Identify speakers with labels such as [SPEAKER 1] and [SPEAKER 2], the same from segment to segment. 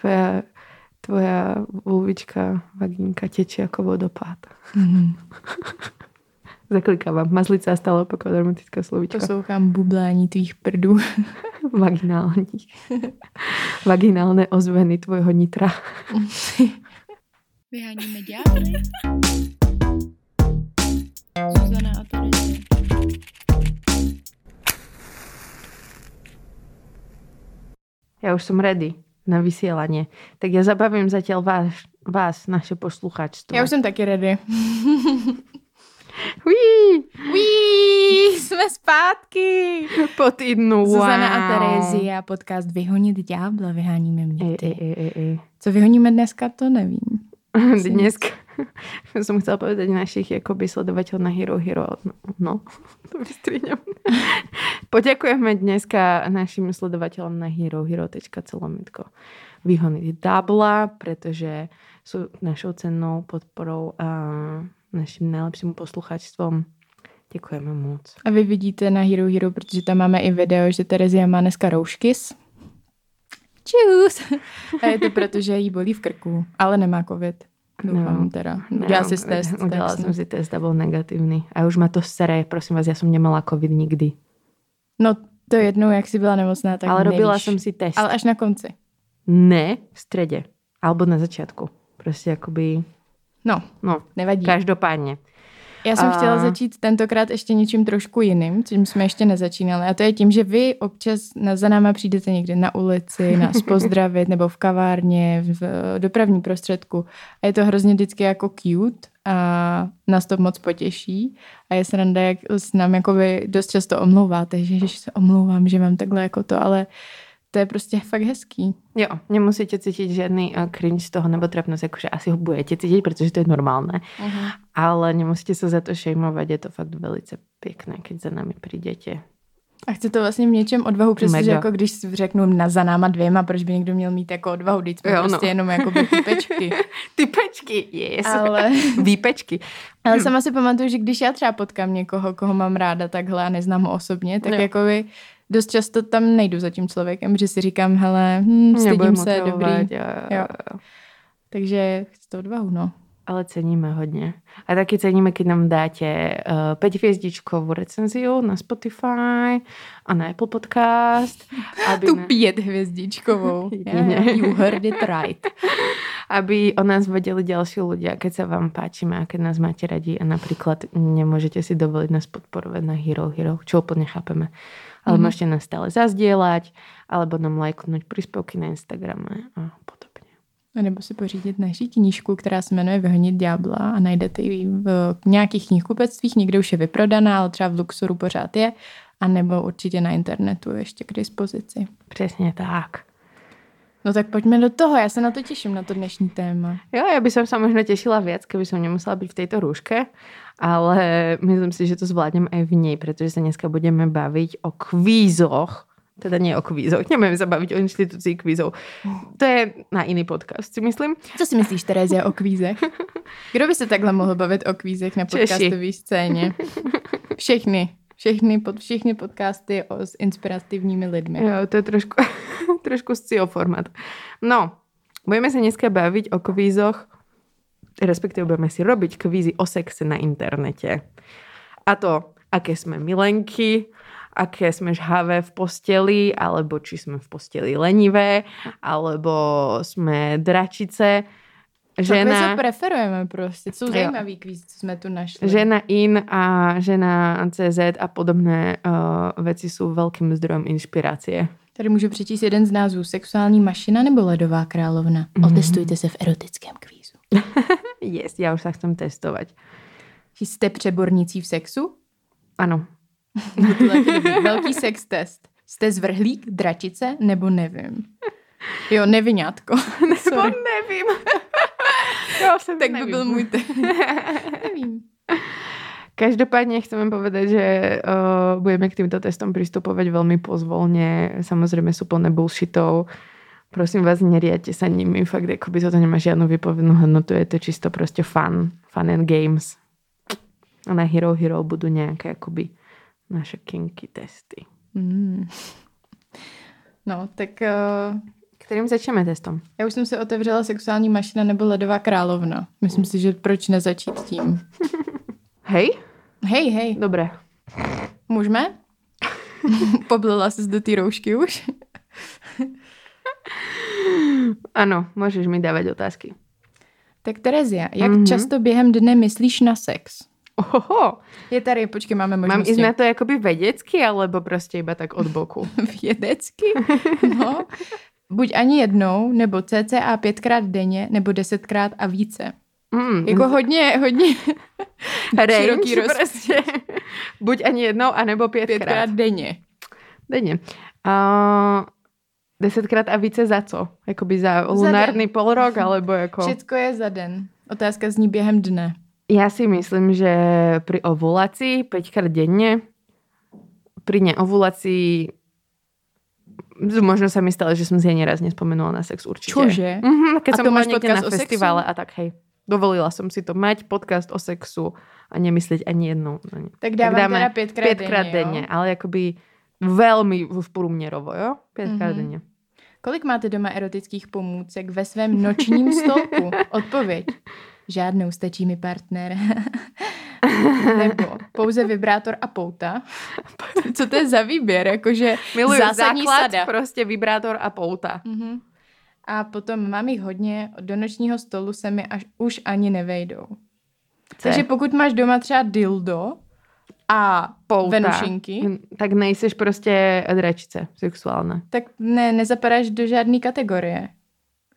[SPEAKER 1] tvoje, tvoja vulvička, vagínka teče jako vodopád.
[SPEAKER 2] Mm-hmm.
[SPEAKER 1] Zaklikávám. Mazlice a stále opakovat romantická slovíčka.
[SPEAKER 2] Poslouchám bublání tvých prdů.
[SPEAKER 1] Vaginální. Vaginálne ozveny tvojho nitra.
[SPEAKER 2] Vyháníme ďábly. Zuzana a Terezie.
[SPEAKER 1] Ja už som ready na vysielanie. Tak ja zabavím zatiaľ vás, vás naše posluchačstvo.
[SPEAKER 2] Já už jsem taky ready.
[SPEAKER 1] Uí,
[SPEAKER 2] Uí, jsme zpátky.
[SPEAKER 1] po týdnu. Wow.
[SPEAKER 2] Zuzana a Terezie a podcast Vyhonit ďábla, vyháníme mě
[SPEAKER 1] Ej, ej,
[SPEAKER 2] ty.
[SPEAKER 1] ej, ej, ej.
[SPEAKER 2] Co vyhoníme dneska, to nevím.
[SPEAKER 1] Dneska som chcela povedať našich jakoby sledovateľ na Hero Hero. No, to vystrihnem. Poďakujeme dneska našim sledovateľom na herohero.celomitko vyhoniť Dabla, pretože sú našou cennou podporou a našim najlepším posluchačstvom. Děkujeme moc.
[SPEAKER 2] A vy vidíte na Hero Hero, protože tam máme i video, že Terezia má dneska rouškys. Čus. A je to proto, že jí bolí v krku, ale nemá covid. Doufám
[SPEAKER 1] No.
[SPEAKER 2] no, teda. Udělá
[SPEAKER 1] No,
[SPEAKER 2] si test.
[SPEAKER 1] Udělala
[SPEAKER 2] tak
[SPEAKER 1] jsem si test a byl negativní. A už má to sere, prosím vás, já jsem nemala covid nikdy.
[SPEAKER 2] No to jednou, jak jsi byla nemocná, tak
[SPEAKER 1] Tak Ale robila
[SPEAKER 2] nevíš.
[SPEAKER 1] jsem si test.
[SPEAKER 2] Ale až na konci.
[SPEAKER 1] Ne v stredě. Alebo na začátku. Prostě jakoby...
[SPEAKER 2] No,
[SPEAKER 1] No,
[SPEAKER 2] nevadí.
[SPEAKER 1] každopádně.
[SPEAKER 2] Já jsem
[SPEAKER 1] A-
[SPEAKER 2] a... chtěla začít tentokrát ještě něčím trošku jiným, čím jsme ještě nezačínali. A to je tím, že vy občas na, za náma přijdete někde na ulici, nás pozdravit, nebo v kavárně, v eh, dopravním prostředku. A je to hrozně vždycky jako cute a nás to moc potěší. A je sranda, jak s nám jako vy dost často omlouváte, že když se omlouvám, že mám takhle jako to, ale to je prostě fakt hezký.
[SPEAKER 1] Jo, nemusíte cítit žádný eh, cringe z toho nebo trapnost, jakože asi ho budete cítit, protože to je normálné.
[SPEAKER 2] Uh-huh.
[SPEAKER 1] Ale nemusíte se za to šejmovat, je to fakt velice pěkné, keď za nami přijdete.
[SPEAKER 2] A chce to vlastně v něčem odvahu, přestože
[SPEAKER 1] Mega.
[SPEAKER 2] jako když si řeknu na, za náma dvěma, proč by někdo měl mít jako odvahu, když jsme
[SPEAKER 1] Jo,
[SPEAKER 2] jo,
[SPEAKER 1] no.
[SPEAKER 2] prostě jenom jako by typečky.
[SPEAKER 1] Ty pečky, yes.
[SPEAKER 2] ale,
[SPEAKER 1] Výpečky.
[SPEAKER 2] ale sama si pamatuju, že když já třeba potkám někoho, koho mám ráda takhle a neznám ho osobně, tak
[SPEAKER 1] Jo.
[SPEAKER 2] jako by dost často tam nejdu za tím člověkem, že si říkám, hele, hm,
[SPEAKER 1] Nebudem
[SPEAKER 2] stydím se,
[SPEAKER 1] otravovat,
[SPEAKER 2] dobrý.
[SPEAKER 1] jo.
[SPEAKER 2] Jo. Takže chci to odvahu, no.
[SPEAKER 1] Ale ceníme hodně. A taky ceníme, když nám dáte uh, 5-hvězdičkovou recenziu na Spotify a na Apple Podcast, aby,
[SPEAKER 2] Tu
[SPEAKER 1] ne,
[SPEAKER 2] pět hvězdičkovou.
[SPEAKER 1] Jedině.
[SPEAKER 2] Yeah, you heard it right.
[SPEAKER 1] aby o nás vedeli další lidé, keď se vám páčíme a keď nás máte radí a například nemůžete si dovolit nás podporovat na Hero Hero, čo úplně chápeme. Ale mm.
[SPEAKER 2] Mhm.
[SPEAKER 1] můžete nás stále zazdieľať, alebo nám lajknout príspevky na Instagrame a podobně.
[SPEAKER 2] A nebo si pořídit naši knížku, která se jmenuje Vyhonit ďábla a najdete ji v nějakých knihkupectvích, někde už je vyprodaná, ale třeba v Luxoru pořád je, a nebo určitě na internetu ještě k dispozici.
[SPEAKER 1] Přesně tak.
[SPEAKER 2] No tak pojďme do toho, já se na to těším, na to dnešní téma.
[SPEAKER 1] Jo, ja by som sa možno tešila viac, keby som nemusela byť v tejto rúške, ale myslím si, že to zvládnem aj v nej, pretože sa dneska budeme baviť o kvízoch, teda nie o kvízoch, nebudeme sa baviť o inštitúcii kvízov. To je na iný podcast, si myslím.
[SPEAKER 2] Co si myslíš, Terezia, o kvízech? Kdo by se takhle mohl bavit o kvízech na
[SPEAKER 1] Češi.
[SPEAKER 2] podcastové scéně? Všechny. Všechny, pod, všechny podcasty o, s inspirativními lidmi.
[SPEAKER 1] Jo, to je trošku, trošku scio format. No, budeme sa dneska baviť o kvízoch, respektíve budeme si robiť kvízy o sexe na internete. A to, aké sme milenky, aké sme žhavé v posteli, alebo či sme v posteli lenivé, alebo sme dračice.
[SPEAKER 2] Žena...
[SPEAKER 1] Žena,
[SPEAKER 2] Co preferujeme prostě? Jsou
[SPEAKER 1] Jo.
[SPEAKER 2] zajímavý kvíz, co jsme tu našli.
[SPEAKER 1] žena in a žena CZ a podobné uh, veci sú veľkým zdrojom inšpirácie.
[SPEAKER 2] Tady můžu přečíst jeden z názvů. Sexuální mašina nebo ledová královna?
[SPEAKER 1] Mhm.
[SPEAKER 2] Otestujte se v erotickém kvízu.
[SPEAKER 1] Yes, ja už sa chcem testovať.
[SPEAKER 2] Jste přebornicí v sexu?
[SPEAKER 1] Ano,
[SPEAKER 2] No to taky dobrý. Velký sex test. Jste zvrhlík, dračice nebo nevím? Jo, nevinátko.
[SPEAKER 1] To
[SPEAKER 2] Sorry.
[SPEAKER 1] nevím. Já jsem
[SPEAKER 2] Tak by byl můj test. nevím.
[SPEAKER 1] Každopádně chceme povedať, že uh, budeme k týmto testom pristupovať veľmi pozvolne. Samozrejme sú plné bullshitov. Prosím vás, neriadte sa nimi. Fakt, jako akoby toto nemá žiadnu vypovednú hodnotu. Je to čisto prostě fun. Fun and games. A na Hero Hero budú nejaké akoby naše kinky testy.
[SPEAKER 2] Hmm. No, tak uh,
[SPEAKER 1] Kterým začneme testem?
[SPEAKER 2] Já už jsem se otevřela sexuální mašina nebo ledová královna. Myslím si, že proč nezačít tím.
[SPEAKER 1] Hej?
[SPEAKER 2] Hej, hej,
[SPEAKER 1] Dobré.
[SPEAKER 2] můžeme? Poblila jsi do té roušky už?
[SPEAKER 1] Ano, můžeš mi dávat otázky.
[SPEAKER 2] Tak Terezia, jak
[SPEAKER 1] Mhm.
[SPEAKER 2] mm-hmm. často během dne myslíš na sex?
[SPEAKER 1] Ohoho,
[SPEAKER 2] Je tady, počkej, máme
[SPEAKER 1] mám
[SPEAKER 2] možnosti.
[SPEAKER 1] ísť na to jakoby vědecky, alebo prostě iba tak od boku.
[SPEAKER 2] vědecky? No. Buď ani jednou, nebo cca pětkrát denně, nebo desetkrát a více.
[SPEAKER 1] Mm,
[SPEAKER 2] Jako hodně, hodně
[SPEAKER 1] range
[SPEAKER 2] široký roz...
[SPEAKER 1] prostě. Buď ani jednou, anebo pětkrát.
[SPEAKER 2] pětkrát
[SPEAKER 1] pětkrát.
[SPEAKER 2] denně.
[SPEAKER 1] Denně. Uh, desetkrát a více za co? Jakoby za lunární polrok, alebo jako...
[SPEAKER 2] Všecko je za den. Otázka zní během dne.
[SPEAKER 1] Já si myslím, že pri ovulaci 5 krát denne, pri neovulaci možno sa mi stalo, že som si ani raz nespomenula na sex určite.
[SPEAKER 2] Čože?
[SPEAKER 1] Mhm, keď
[SPEAKER 2] A
[SPEAKER 1] som
[SPEAKER 2] to
[SPEAKER 1] bola
[SPEAKER 2] máš
[SPEAKER 1] niekde
[SPEAKER 2] podcast
[SPEAKER 1] na
[SPEAKER 2] o sexu?
[SPEAKER 1] festivále a tak, hej. Dovolila som si to mať podcast o sexu a nemyslieť ani jednu. na ne.
[SPEAKER 2] Tak dávám
[SPEAKER 1] dáme
[SPEAKER 2] teda pětkrát,
[SPEAKER 1] Pětkrát
[SPEAKER 2] denně. jo?
[SPEAKER 1] denne, ale jakoby velmi v průměrovo, jo? Pětkrát
[SPEAKER 2] Mhm.
[SPEAKER 1] denně.
[SPEAKER 2] Kolik máte doma erotických pomůcek ve svém nočním stolku? Odpověď. Žádnou, stačí mi partner. Nebo pouze vibrátor a pouta. Co to je za výběr? Jakože
[SPEAKER 1] Miluju
[SPEAKER 2] zásadní
[SPEAKER 1] základ,
[SPEAKER 2] sada.
[SPEAKER 1] prostě vibrátor a pouta.
[SPEAKER 2] Mhm. A potom mám jich hodně, do nočního stolu se mi až už ani nevejdou. Takže pokud máš doma třeba dildo a
[SPEAKER 1] pouta.
[SPEAKER 2] venušinky,
[SPEAKER 1] Tak nejseš prostě dračice sexuálna.
[SPEAKER 2] tak ne, nezapadáš do žádné kategorie.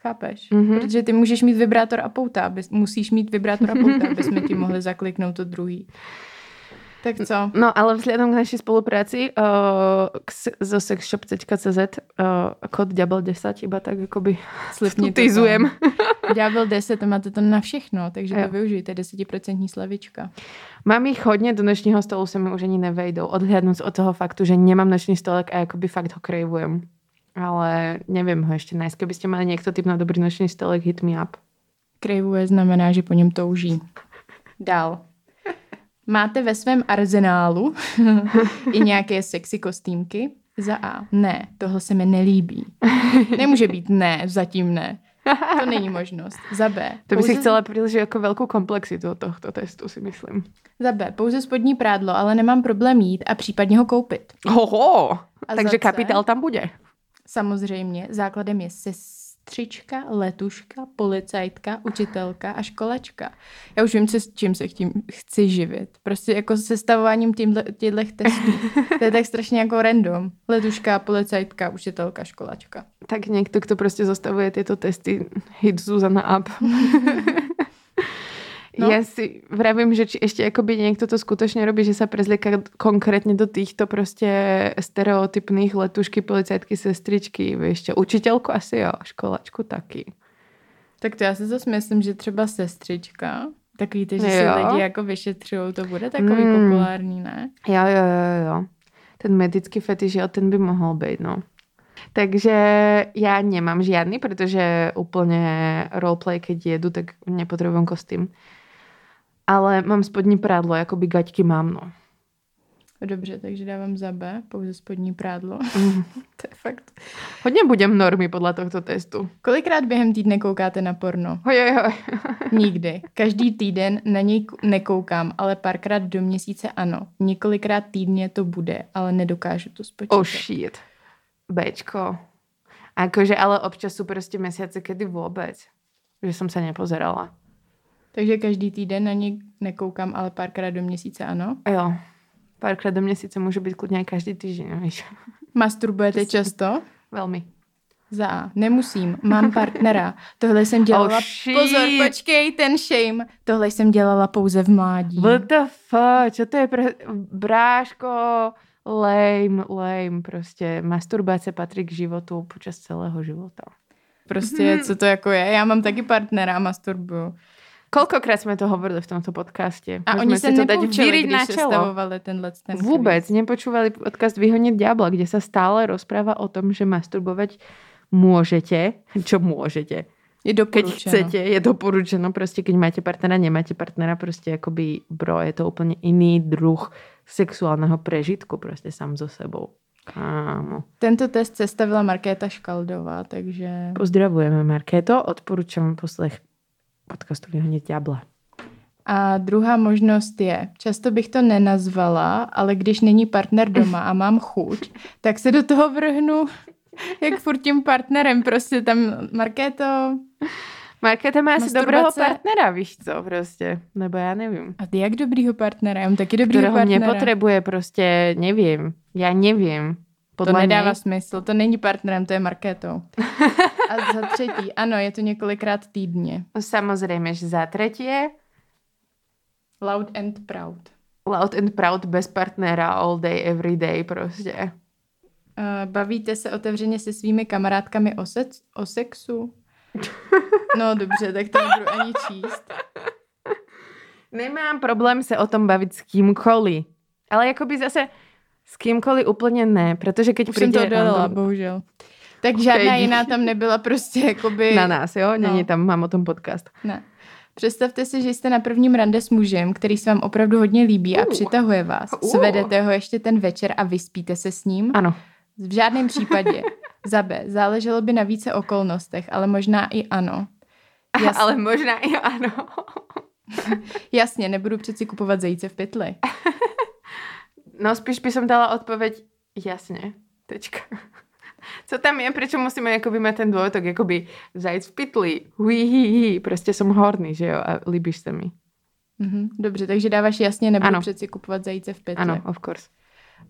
[SPEAKER 2] Chápeš?
[SPEAKER 1] Mhm.
[SPEAKER 2] Mm-hmm. Protože ty můžeš mít vibrátor a pouta, aby, musíš mít vibrátor a pouta, aby jsme ti mohli zakliknout to druhý. Tak co?
[SPEAKER 1] No ale vzhledem k naší spolupráci uh, k, se- zo sexshop.cz uh, kód Diabel 10 iba tak jakoby
[SPEAKER 2] Slipni to tam.
[SPEAKER 1] vtutizujem.
[SPEAKER 2] Ďábel 10, to máte to na všechno, takže
[SPEAKER 1] Jo.
[SPEAKER 2] to využijte, 10% slevička.
[SPEAKER 1] Mám ich hodně, do nočního stolu se mi už ani nevejdou. Odhľadnúť od toho faktu, že nemám nočný stolek a jakoby fakt ho krejvujem. Ale nevím ho ještě nájsť. Keby ste mali někto typ na dobrý nočný stolek, hit me up.
[SPEAKER 2] Krejvuje znamená, že po něm touží. Dál. Máte ve svém arzenálu i nějaké sexy kostýmky? Za A. Ne, tohle se mi nelíbí. Nemůže být ne, zatím ne. To není možnost. Za B.
[SPEAKER 1] To by si
[SPEAKER 2] pouze-
[SPEAKER 1] chcela príliš jako velkou komplexitu tohto testu, si myslím.
[SPEAKER 2] Za B. Pouze spodní prádlo, ale nemám problém jít a případně ho koupit.
[SPEAKER 1] Hoho!
[SPEAKER 2] A
[SPEAKER 1] Takže
[SPEAKER 2] za C?
[SPEAKER 1] kapitál tam bude.
[SPEAKER 2] Samozřejmě základem je sestřička, letuška, policajtka, učitelka a školačka. Já už vím, co, s čím se tím chci živit. Prostě jako s sestavováním těchto testů. To je tak strašně jako random. Letuška, policajtka, učitelka, školačka.
[SPEAKER 1] Tak někdo, kdo prostě zostavuje tyto testy, hit Zuzana up.
[SPEAKER 2] No.
[SPEAKER 1] No. Ja si vravím, že či ešte akoby niekto to skutočne robí, že sa prezlieka konkrétne do týchto proste stereotypných letušky, policajtky, sestričky, vieš čo, učiteľku asi jo, školačku taky.
[SPEAKER 2] Tak to já si zase myslím, že třeba sestřička. Tak víte, že
[SPEAKER 1] Jo.
[SPEAKER 2] se lidi jako vyšetřují, to bude takový
[SPEAKER 1] Mm.
[SPEAKER 2] populární, ne?
[SPEAKER 1] Jo, jo, jo, jo. Ten medický fetiš, jo, ten by mohl být, no. Takže já nemám žádný, protože úplně roleplay, keď jedu, tak nepotřebuji kostým. Ale mám spodní prádlo, jakoby gaťky mám, no.
[SPEAKER 2] Dobře, takže dávám za B, pouze spodní prádlo. to je fakt.
[SPEAKER 1] Hodně budem normy podle tohto testu.
[SPEAKER 2] Kolikrát během týdne koukáte na porno?
[SPEAKER 1] Hoj, hoj, hoj.
[SPEAKER 2] Nikdy. Každý týden na něj k- nekoukám, ale párkrát do měsíce ano. Několikrát týdně to bude, ale nedokážu to spočítat.
[SPEAKER 1] Oh shit. Bčko. Akože, ale občas jsou prostě měsíce, kedy vůbec. Že jsem se nepozerala.
[SPEAKER 2] Takže každý týden na něj nekoukám, ale párkrát do měsíce ano.
[SPEAKER 1] A jo. Párkrát do měsíce může být klidně i každý týden, víš.
[SPEAKER 2] Masturbujete často?
[SPEAKER 1] Velmi.
[SPEAKER 2] Za A. Nemusím, mám partnera. Tohle jsem dělala...
[SPEAKER 1] Oh, shit.
[SPEAKER 2] Pozor, počkej, ten shame. Tohle jsem dělala pouze v mládí.
[SPEAKER 1] What the fuck, čo to je pre... Bráško, lame, lame, prostě masturbace patří k životu počas celého života. Mhm.
[SPEAKER 2] Prostě, co to jako je? Já mám taky partnera a masturbuju.
[SPEAKER 1] Kolkokrát jsme to hovorili v tomto podcastě.
[SPEAKER 2] A
[SPEAKER 1] Můžeme
[SPEAKER 2] oni se
[SPEAKER 1] si to dať
[SPEAKER 2] nepoučili,
[SPEAKER 1] vyriť
[SPEAKER 2] když se stavovali tenhle ten
[SPEAKER 1] Vůbec nepočúvali podcast Vyhonit ďábla, kde se stále rozpráva o tom, že masturbovat můžete, čo můžete.
[SPEAKER 2] Je
[SPEAKER 1] Keď
[SPEAKER 2] doporučeno.
[SPEAKER 1] chcete, je doporučeno, prostě keď máte partnera, nemáte partnera, prostě jakoby bro, je to úplně jiný druh sexuálneho prežitku prostě sám so sebou. Kámo.
[SPEAKER 2] Tento test sestavila Markéta Škaldová, takže...
[SPEAKER 1] Pozdravujeme Markéto, odporúčam poslech podcastového Ďábla.
[SPEAKER 2] A druhá možnost je, často bych to nenazvala, ale když není partner doma a mám chuť, tak se do toho vrhnu, jak furt tím partnerem, prostě tam Markéto.
[SPEAKER 1] Markéta má asi
[SPEAKER 2] Masturbace.
[SPEAKER 1] dobrého partnera, víš co, prostě. Nebo já nevím.
[SPEAKER 2] A ty jak dobrýho partnera? Já mám taky dobrýho
[SPEAKER 1] Kterého mě
[SPEAKER 2] partnera.
[SPEAKER 1] potřebuje, prostě nevím. Já nevím. Podle
[SPEAKER 2] to nedává
[SPEAKER 1] mě,
[SPEAKER 2] smysl, to není partnerem, to je Markétou. A za třetí, ano, je to několikrát týdně.
[SPEAKER 1] samozřejmě, že za tretie,
[SPEAKER 2] Loud and proud.
[SPEAKER 1] loud and proud bez partnera all day, every day prostě.
[SPEAKER 2] Eh, Bavíte se otevřeně se svými kamarádkami o, sec, o sexu? No dobře, tak to nebudu ani číst.
[SPEAKER 1] Nemám problém se o tom bavit s kýmkoliv. Ale jakoby zase s kýmkoliv úplně ne, protože keď
[SPEAKER 2] Už jsem
[SPEAKER 1] přijde
[SPEAKER 2] to odolala,
[SPEAKER 1] on-
[SPEAKER 2] bohužel. Tak žádná
[SPEAKER 1] díky.
[SPEAKER 2] jiná tam nebyla prostě jakoby...
[SPEAKER 1] na nás, jo? Není
[SPEAKER 2] No.
[SPEAKER 1] tam, mám o tom podcast.
[SPEAKER 2] Ne. Představte si, že jste na prvním rande s mužem, který se vám opravdu hodně líbí a
[SPEAKER 1] Uh.
[SPEAKER 2] přitahuje vás.
[SPEAKER 1] Uh.
[SPEAKER 2] Svedete ho ještě ten večer a vyspíte se s ním?
[SPEAKER 1] Ano.
[SPEAKER 2] V žádném případě. Za B. Záleželo by na více okolnostech, ale možná i ano. Jasně,
[SPEAKER 1] Ale možná i ano.
[SPEAKER 2] jasně nebudu přeci kupovat zajíce v pytli.
[SPEAKER 1] No spíš by som dala odpověď jasně. Tečka. Co tam je, proč musíme jakoby mít ten dvojtok, jakoby zajít v pytli, hui, hi, hi, prostě jsem horný, že jo, a líbíš se mi.
[SPEAKER 2] Mhm. Dobře, takže dáváš jasně, nebudu
[SPEAKER 1] Ano.
[SPEAKER 2] ano. přeci kupovat zajíce v pytli.
[SPEAKER 1] Ano, of course.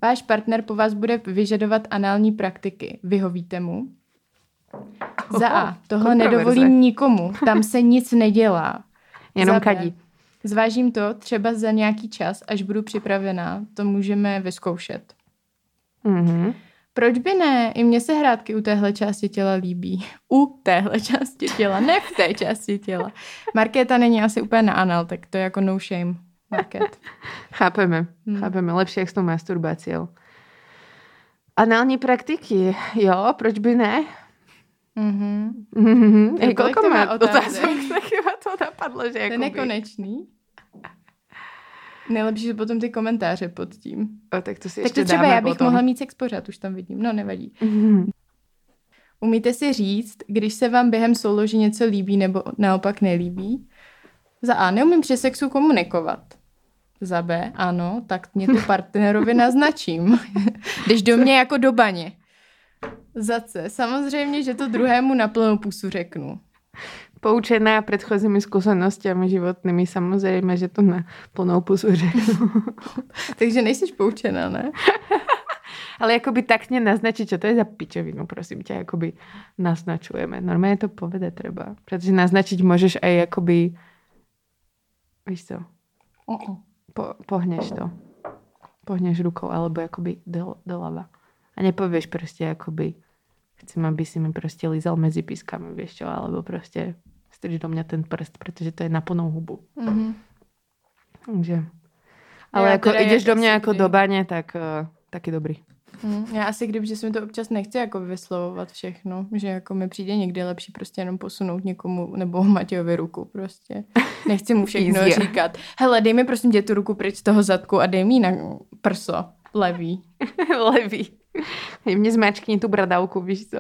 [SPEAKER 2] Váš partner po vás bude vyžadovat anální praktiky. Vyhovíte mu? Za A. Tohle
[SPEAKER 1] kontroverze.
[SPEAKER 2] nedovolím nikomu. Tam se nic nedělá.
[SPEAKER 1] Jenom
[SPEAKER 2] Za B.
[SPEAKER 1] kadí.
[SPEAKER 2] Zvážím to třeba za nějaký čas, až budu připravená. To můžeme vyzkoušet.
[SPEAKER 1] Mhm.
[SPEAKER 2] Proč by ne? I mně se hrátky u téhle části těla líbí. U téhle části těla, ne v té části těla. Markéta není asi úplně na anal, tak to je jako no shame. Market.
[SPEAKER 1] Chápeme, hmm.
[SPEAKER 2] Hmm.
[SPEAKER 1] chápeme. Lepší jak s tou masturbaciou. Anální praktiky, jo, proč by ne?
[SPEAKER 2] Mhm.
[SPEAKER 1] Mhm.
[SPEAKER 2] Tak
[SPEAKER 1] Ej,
[SPEAKER 2] kolik
[SPEAKER 1] Kolko
[SPEAKER 2] to
[SPEAKER 1] má
[SPEAKER 2] má otázek?
[SPEAKER 1] otázek? Tak chyba to napadlo, že
[SPEAKER 2] To je
[SPEAKER 1] jakoby...
[SPEAKER 2] nekonečný. Nejlepší jsou potom ty komentáře pod tím.
[SPEAKER 1] O, tak to si
[SPEAKER 2] Tak
[SPEAKER 1] ještě
[SPEAKER 2] to třeba
[SPEAKER 1] dáme
[SPEAKER 2] já bych
[SPEAKER 1] potom.
[SPEAKER 2] mohla mít sex pořád, už tam vidím. No, nevadí.
[SPEAKER 1] Mhm.
[SPEAKER 2] Umíte si říct, když se vám během soulože něco líbí nebo naopak nelíbí? Za A. Neumím při sexu komunikovat. Za B. Ano, tak mě to partnerovi naznačím. Jdeš do mě jako do baně. Za C. Samozřejmě, že to druhému na plnou pusu řeknu.
[SPEAKER 1] Poučená předchozími zkušenostmi životnými, samozřejmě, že to na plnou pusu řeknu.
[SPEAKER 2] Takže nejsi poučena, ne?
[SPEAKER 1] Ale jakoby taktně naznačit, čo to je za pičovinu, prosím tě, jakoby naznačujeme. Normálně to povede třeba, protože naznačit můžeš aj jakoby, víš co, po, pohneš to. Pohneš rukou, alebo jakoby do, doleva. A nepovieš prostě jakoby, chcem, aby si mi prostě lízal mezi pískami, víš čo, alebo prostě strč do mě ten prst, protože to je na plnou hubu.
[SPEAKER 2] Mhm.
[SPEAKER 1] Takže. Ale
[SPEAKER 2] Já
[SPEAKER 1] jako
[SPEAKER 2] teda
[SPEAKER 1] ideš do
[SPEAKER 2] jak
[SPEAKER 1] mě
[SPEAKER 2] asi
[SPEAKER 1] jako
[SPEAKER 2] kdy.
[SPEAKER 1] do baně, tak uh, taky dobrý.
[SPEAKER 2] Mm, Já asi kdyby, že se mi to občas nechce jako vyslovovat všechno, že jako mi přijde někdy lepší prostě jenom posunout někomu nebo Matějovi ruku prostě. Nechci mu všechno
[SPEAKER 1] Easier.
[SPEAKER 2] říkat. Hele, dej mi prosím tě tu ruku pryč z toho zadku a dej mi ji na prso levý.
[SPEAKER 1] Levý. Mě zmačkni tu bradavku, víš co?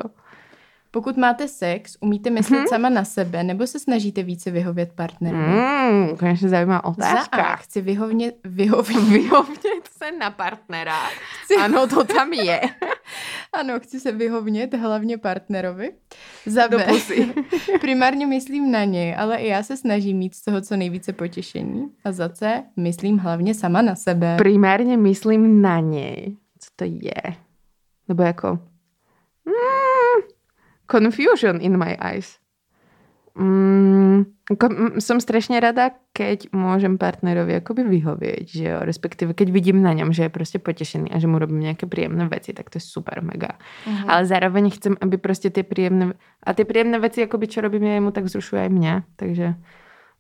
[SPEAKER 2] Pokud máte sex, umíte myslet
[SPEAKER 1] Mhm.
[SPEAKER 2] sama na sebe nebo se snažíte více vyhovět partnerovi?
[SPEAKER 1] Mm, konečně zajímavá
[SPEAKER 2] Za A
[SPEAKER 1] otázka.
[SPEAKER 2] chci vyhovně, vyhovět.
[SPEAKER 1] Vyhovnět se na partnera. Ano, to tam je.
[SPEAKER 2] Ano, chci se vyhovnět hlavně partnerovi. Za
[SPEAKER 1] Do
[SPEAKER 2] B.
[SPEAKER 1] pusy.
[SPEAKER 2] Primárně myslím na něj, ale i já se snažím mít z toho co nejvíce potěšení. A za C myslím hlavně sama na sebe.
[SPEAKER 1] Primárně myslím na něj. Co to je? Nebo jako... Mm, confusion in my eyes. Mm, ko- mm, som strašně rada, keď môžem partnerovi jakoby vyhovět, že jo, respektive keď vidím na něm, že je prostě potěšený a že mu robím nějaké příjemné věci, tak to je super, mega.
[SPEAKER 2] Mhm.
[SPEAKER 1] Ale zároveň chcem, aby prostě ty příjemné, a ty příjemné věci, jakoby čo robím já jemu, tak vzrušuje i mě, takže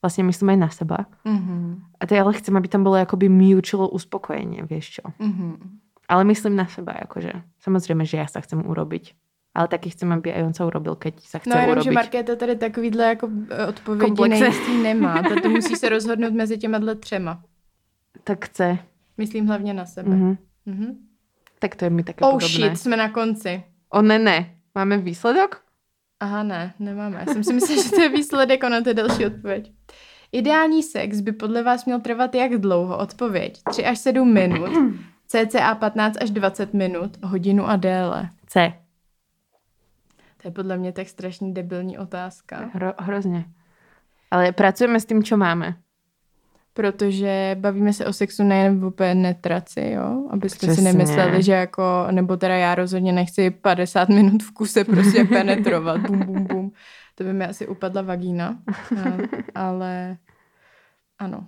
[SPEAKER 1] vlastně myslím i na seba.
[SPEAKER 2] Mhm,
[SPEAKER 1] A to ale chcem, aby tam bylo jakoby mutual uspokojenie, vieš čo.
[SPEAKER 2] mhm.
[SPEAKER 1] Ale myslím na seba, akože. Samozrejme, že ja sa chcem urobiť. Ale taky chcem, aby aj on sa urobil, keď sa chce
[SPEAKER 2] No jenom, že
[SPEAKER 1] urobiť.
[SPEAKER 2] Markéta tady takovýhle jako eh, odpovědi
[SPEAKER 1] Komplexe.
[SPEAKER 2] Komplexe. nejistý nemá. Tato musí se rozhodnout mezi těma dle třema.
[SPEAKER 1] Tak chce.
[SPEAKER 2] Myslím hlavně na sebe.
[SPEAKER 1] Mhm.
[SPEAKER 2] Mhm.
[SPEAKER 1] Tak to je mi také
[SPEAKER 2] oh
[SPEAKER 1] podobné.
[SPEAKER 2] shit, jsme na konci.
[SPEAKER 1] O ne, ne. Máme výsledok?
[SPEAKER 2] Aha, ne, nemáme. Já jsem si myslela, že to je výsledek, ono to je další odpověď. Ideální sex by podle vás měl trvat jak dlouho? Odpověď 3 až 7 minut, cca 15 až 20 minut, hodinu a déle.
[SPEAKER 1] C.
[SPEAKER 2] To je podle mě tak strašně debilní otázka.
[SPEAKER 1] Hro, hrozně. Ale pracujeme s tím, co máme.
[SPEAKER 2] Protože bavíme se o sexu nejen v penetraci, jo? Abyste Přesně. si
[SPEAKER 1] Přesně.
[SPEAKER 2] nemysleli, že jako, nebo teda já rozhodně nechci 50 minut v kuse prostě penetrovat. Bum, bum, bum. To by mi asi upadla vagína. A, ale ano.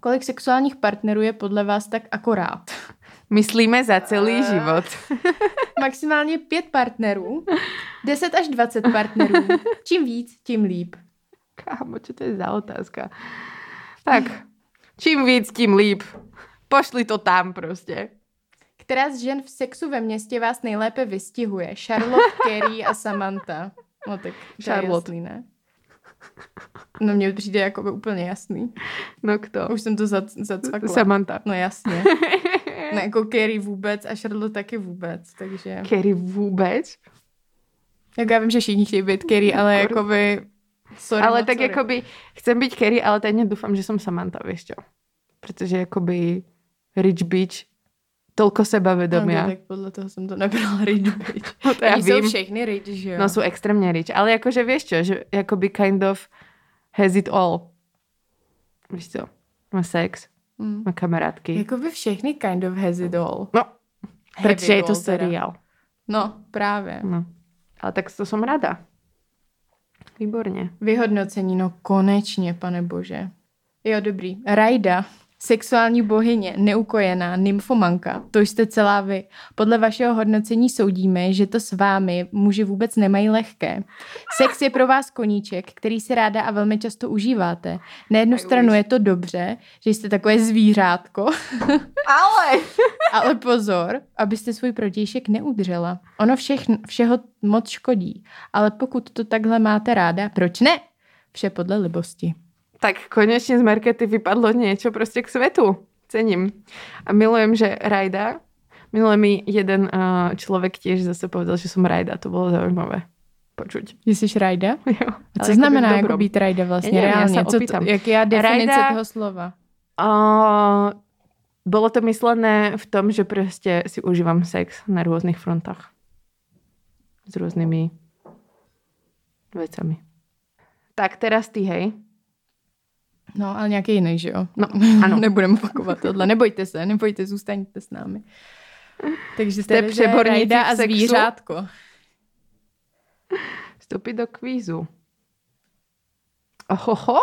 [SPEAKER 2] Kolik sexuálních partnerů je podle vás tak akorát?
[SPEAKER 1] Myslíme za celý
[SPEAKER 2] Eh.
[SPEAKER 1] život.
[SPEAKER 2] Maximálně pět partnerů, 10 až 20 partnerů. Čím víc, tím líp.
[SPEAKER 1] Kámo, čo to je za otázka? Tak, čím víc, tím líp. Pošli to tam prostě.
[SPEAKER 2] Která z žen v sexu ve městě vás nejlépe vystihuje? Charlotte, Kerry a Samantha. No tak to je
[SPEAKER 1] Charlotte.
[SPEAKER 2] jasný, ne? No mně přijde jako by úplně jasný.
[SPEAKER 1] No kto?
[SPEAKER 2] Už jsem to zac- zacvakla.
[SPEAKER 1] Samantha.
[SPEAKER 2] No jasně. No jako Kerry vůbec a Charlotte taky vůbec, takže...
[SPEAKER 1] Kerry vůbec?
[SPEAKER 2] Jako já vím, že všichni chtějí být Kerry, ale jakoby... Sorry,
[SPEAKER 1] ale
[SPEAKER 2] no
[SPEAKER 1] tak
[SPEAKER 2] sorry.
[SPEAKER 1] jakoby, chcem být Kerry, ale tajně doufám, že jsem Samantha, víš čo? Protože jakoby rich bitch, tolko sebavedomia.
[SPEAKER 2] No, tak podle toho jsem to nebrala rage bitch.
[SPEAKER 1] No to já
[SPEAKER 2] Oni jsou
[SPEAKER 1] vím.
[SPEAKER 2] všechny rage, že jo?
[SPEAKER 1] No sú extrémne rich, ale akože vieš čo, že akoby kind of has it all. Víš čo, má sex,
[SPEAKER 2] Mm.
[SPEAKER 1] má kamarátky.
[SPEAKER 2] Jakoby všechny kind of has it all.
[SPEAKER 1] No,
[SPEAKER 2] Heavy
[SPEAKER 1] protože je to
[SPEAKER 2] all teda.
[SPEAKER 1] seriál.
[SPEAKER 2] No, právě.
[SPEAKER 1] No. Ale tak to som rada. Výborně.
[SPEAKER 2] Vyhodnocení, no konečně, pane bože. Jo, dobrý. Rajda, sexuální bohyně, neukojená, nymfomanka, to jste celá vy. Podle vašeho hodnocení soudíme, že to s vámi muži vůbec nemají lehké. Sex je pro vás koníček, který si ráda a velmi často užíváte. Na jednu stranu je to dobře, že jste takové zvířátko,
[SPEAKER 1] Ale!
[SPEAKER 2] ale pozor, abyste svůj protějšek neudřela. Ono všech, všeho moc škodí. Ale pokud to takhle máte ráda, proč ne? Vše podle libosti.
[SPEAKER 1] Tak konečně z Markety vypadlo něco prostě k světu. Cením. A milujem, že Rajda, minule mi jeden uh, člověk tiež zase povedal, že som Rajda, to bylo zaujímavé počuť.
[SPEAKER 2] Že Jsi rajda?
[SPEAKER 1] Jo.
[SPEAKER 2] A
[SPEAKER 1] Ale
[SPEAKER 2] co
[SPEAKER 1] jakoby v
[SPEAKER 2] znamená jako
[SPEAKER 1] dobrom.
[SPEAKER 2] být rajda vlastně
[SPEAKER 1] Já nevím, já
[SPEAKER 2] reálně?
[SPEAKER 1] se
[SPEAKER 2] co
[SPEAKER 1] opýtám.
[SPEAKER 2] to, jak já definice
[SPEAKER 1] Rajda-
[SPEAKER 2] toho slova?
[SPEAKER 1] A bylo to myslené v tom, že prostě si užívám sex na různých frontách. S různými věcami. Tak teraz ty, hej.
[SPEAKER 2] No, ale nějaký jiný, že jo?
[SPEAKER 1] No, ano.
[SPEAKER 2] Nebudeme opakovat tohle. Nebojte se, nebojte, zůstaňte s námi. Takže
[SPEAKER 1] Jste
[SPEAKER 2] jste
[SPEAKER 1] přeborníci
[SPEAKER 2] rajda
[SPEAKER 1] v
[SPEAKER 2] a
[SPEAKER 1] sexu?
[SPEAKER 2] zvířátko.
[SPEAKER 1] Vstupit do kvízu. Ohoho,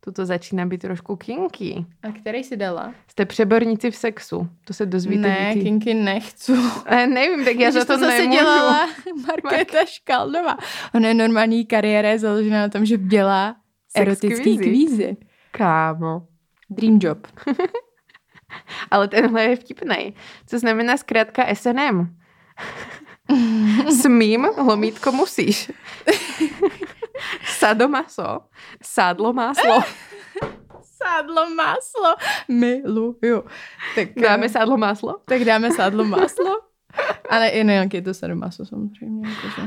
[SPEAKER 1] tuto začíná být trošku kinky.
[SPEAKER 2] A který jsi dala?
[SPEAKER 1] Jste přeborníci v sexu. To se dozvíte
[SPEAKER 2] ne,
[SPEAKER 1] díky.
[SPEAKER 2] kinky nechci.
[SPEAKER 1] Eh, nevím, tak já
[SPEAKER 2] Ježiš,
[SPEAKER 1] za to,
[SPEAKER 2] zase
[SPEAKER 1] nemůžu.
[SPEAKER 2] dělala Markéta Škaldová. Ona je normální kariéra je založena na tom, že dělá
[SPEAKER 1] Sex
[SPEAKER 2] erotický
[SPEAKER 1] kvízy.
[SPEAKER 2] kvízy.
[SPEAKER 1] Kámo.
[SPEAKER 2] Dream job.
[SPEAKER 1] Ale tenhle je vtipný. Co znamená zkrátka SNM? Smím, lomítko musíš. Sadomaso, sádlo máslo.
[SPEAKER 2] Sádlo máslo. Miluju. Tak, eh,
[SPEAKER 1] Dáme sádlo máslo?
[SPEAKER 2] tak dáme sádlo máslo. Ale i jinak je to sadomaso samozřejmě. Jakože.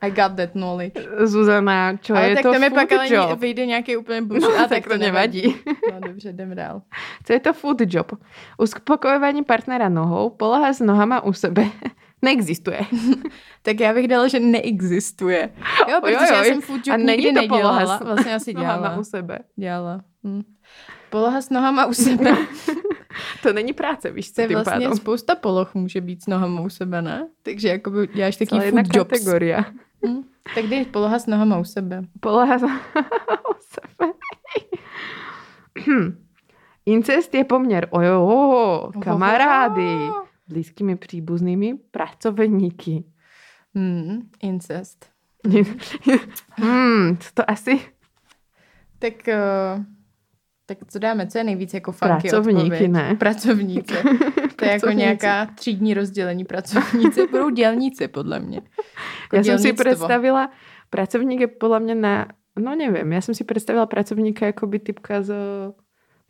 [SPEAKER 2] I got that knowledge.
[SPEAKER 1] Zuzana, čo
[SPEAKER 2] Ale
[SPEAKER 1] Mhm. je
[SPEAKER 2] tak
[SPEAKER 1] to
[SPEAKER 2] tam je
[SPEAKER 1] food
[SPEAKER 2] pak ale ně-
[SPEAKER 1] job?
[SPEAKER 2] vyjde nějaký úplně bullshit.
[SPEAKER 1] No,
[SPEAKER 2] a
[SPEAKER 1] tak, tak to nevadí.
[SPEAKER 2] No dobře, jdeme dál.
[SPEAKER 1] Co je to food job? Uspokojování partnera nohou, poloha s nohama u sebe. Neexistuje.
[SPEAKER 2] Tak já bych dala, že neexistuje. Jo, protože já
[SPEAKER 1] Ojojoj.
[SPEAKER 2] jsem food job
[SPEAKER 1] A není
[SPEAKER 2] nikdy
[SPEAKER 1] to poloha
[SPEAKER 2] nedělala.
[SPEAKER 1] s-
[SPEAKER 2] Vlastně asi
[SPEAKER 1] Nohama
[SPEAKER 2] dělala.
[SPEAKER 1] u sebe.
[SPEAKER 2] Dělala. Hm. Poloha s nohama u sebe.
[SPEAKER 1] To není práce, víš,
[SPEAKER 2] To
[SPEAKER 1] co
[SPEAKER 2] je
[SPEAKER 1] tím
[SPEAKER 2] vlastně
[SPEAKER 1] pádem.
[SPEAKER 2] spousta poloh může být s nohama u sebe, ne? Takže jakoby děláš taký
[SPEAKER 1] Celá jedna
[SPEAKER 2] food jobs.
[SPEAKER 1] kategorie.
[SPEAKER 2] Hm. Tak dej poloha s nohama u sebe.
[SPEAKER 1] Poloha za o sebe. Incest je poměr, ojo, kamarády,
[SPEAKER 2] Ohoho.
[SPEAKER 1] blízkými příbuznými, pracovníky.
[SPEAKER 2] Hm, incest.
[SPEAKER 1] hmm, co to asi
[SPEAKER 2] Tak, eh, tak co dáme? Co je nejvíc jako funky
[SPEAKER 1] Pracovníky,
[SPEAKER 2] odpověď?
[SPEAKER 1] ne?
[SPEAKER 2] Pracovníce. To je jako
[SPEAKER 1] Pracovníci.
[SPEAKER 2] nějaká třídní rozdělení pracovníci. Budou dělníci, podle mě. Jako
[SPEAKER 1] Já jsem si
[SPEAKER 2] dělnictvo.
[SPEAKER 1] představila, pracovník je podle mě na, no nevím, já jsem si představila pracovníka jako by typka z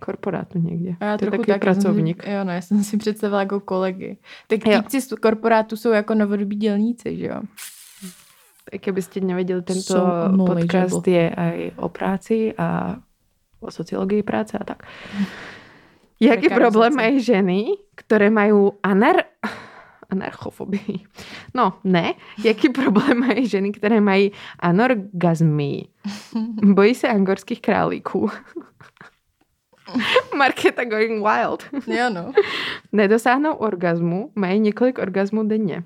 [SPEAKER 1] korporátu někde.
[SPEAKER 2] A já
[SPEAKER 1] to je
[SPEAKER 2] trochu
[SPEAKER 1] takový
[SPEAKER 2] tak, já jsem si-
[SPEAKER 1] pracovník.
[SPEAKER 2] Jo, no, já jsem si představila jako kolegy. Tak
[SPEAKER 1] Jo.
[SPEAKER 2] týpci z korporátu jsou jako novodobí dělníci, že jo?
[SPEAKER 1] Tak abyste nevedeli, tento
[SPEAKER 2] So knowledgeable.
[SPEAKER 1] podcast je aj o práci a o sociologii práce a tak. Jaký
[SPEAKER 2] Prekarizace.
[SPEAKER 1] problém mají ženy, které mají anar... anarchofobii? No, ne. Jaký problém mají ženy, které mají anorgazmy? Bojí se angorských králíků. Marketa going wild.
[SPEAKER 2] Jo, no.
[SPEAKER 1] Nedosáhnou orgazmu, mají několik orgazmů denně.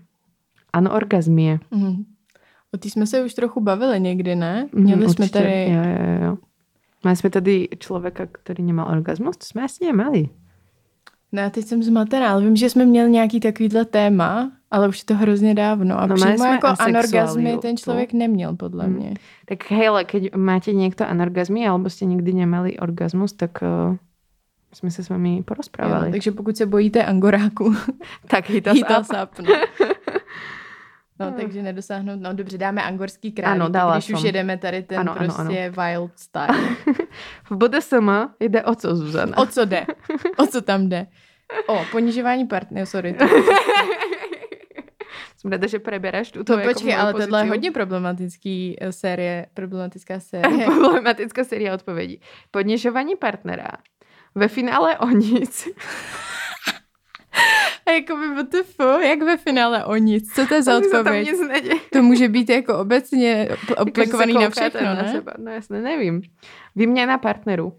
[SPEAKER 1] Anorgazmie.
[SPEAKER 2] Mhm. O tý jsme se už trochu bavili někdy, ne? Měli jsme
[SPEAKER 1] Mhm, určitě.
[SPEAKER 2] tady...
[SPEAKER 1] Jo, jo, jo. Měli jsme tady člověka, který nemal orgasmus, to jsme asi nemali.
[SPEAKER 2] No já teď jsem zmatená, ale vím, že jsme měli nějaký takovýhle téma, ale už je to hrozně dávno. A
[SPEAKER 1] No,
[SPEAKER 2] no,
[SPEAKER 1] měli
[SPEAKER 2] přímo
[SPEAKER 1] jsme
[SPEAKER 2] jako
[SPEAKER 1] asexualitu.
[SPEAKER 2] anorgazmy ten člověk neměl, podle
[SPEAKER 1] Hmm.
[SPEAKER 2] mě. no,
[SPEAKER 1] Tak hele, keď máte někdo anorgazmy, alebo jste nikdy nemali orgasmus, tak uh, jsme se s vámi porozprávali.
[SPEAKER 2] Jo, takže pokud se bojíte angoráku,
[SPEAKER 1] tak hit us
[SPEAKER 2] hýta
[SPEAKER 1] up.
[SPEAKER 2] sapno. No, takže nedosáhnout, no dobře, dáme angorský králík,
[SPEAKER 1] Ano, dala
[SPEAKER 2] když už
[SPEAKER 1] jsem.
[SPEAKER 2] jedeme tady ten
[SPEAKER 1] Ano,
[SPEAKER 2] ano,
[SPEAKER 1] ano,
[SPEAKER 2] prostě ano, ano. wild style.
[SPEAKER 1] V BDSM jde o co, Zuzana?
[SPEAKER 2] O co jde? O co tam jde? O, ponižování partnerů, sorry. To,
[SPEAKER 1] Jsem ráda, že preberáš tuto
[SPEAKER 2] to
[SPEAKER 1] jako
[SPEAKER 2] No počkej,
[SPEAKER 1] moji
[SPEAKER 2] ale tohle je
[SPEAKER 1] pozíciu.
[SPEAKER 2] hodně problematický eh, série, problematická série.
[SPEAKER 1] Problematická série odpovědí. Podněžování partnera. Ve finále o nic.
[SPEAKER 2] A jako by WTF, jak ve finále o nic, co to je za
[SPEAKER 1] Ani se tam
[SPEAKER 2] odpověď?
[SPEAKER 1] nic neděje.
[SPEAKER 2] To může být jako obecně pl-
[SPEAKER 1] Jakože Jako, se
[SPEAKER 2] aplikovaný na
[SPEAKER 1] koukáte
[SPEAKER 2] všechno,
[SPEAKER 1] Na
[SPEAKER 2] ne?
[SPEAKER 1] seba. No jasně, nevím. Výměna partnerů.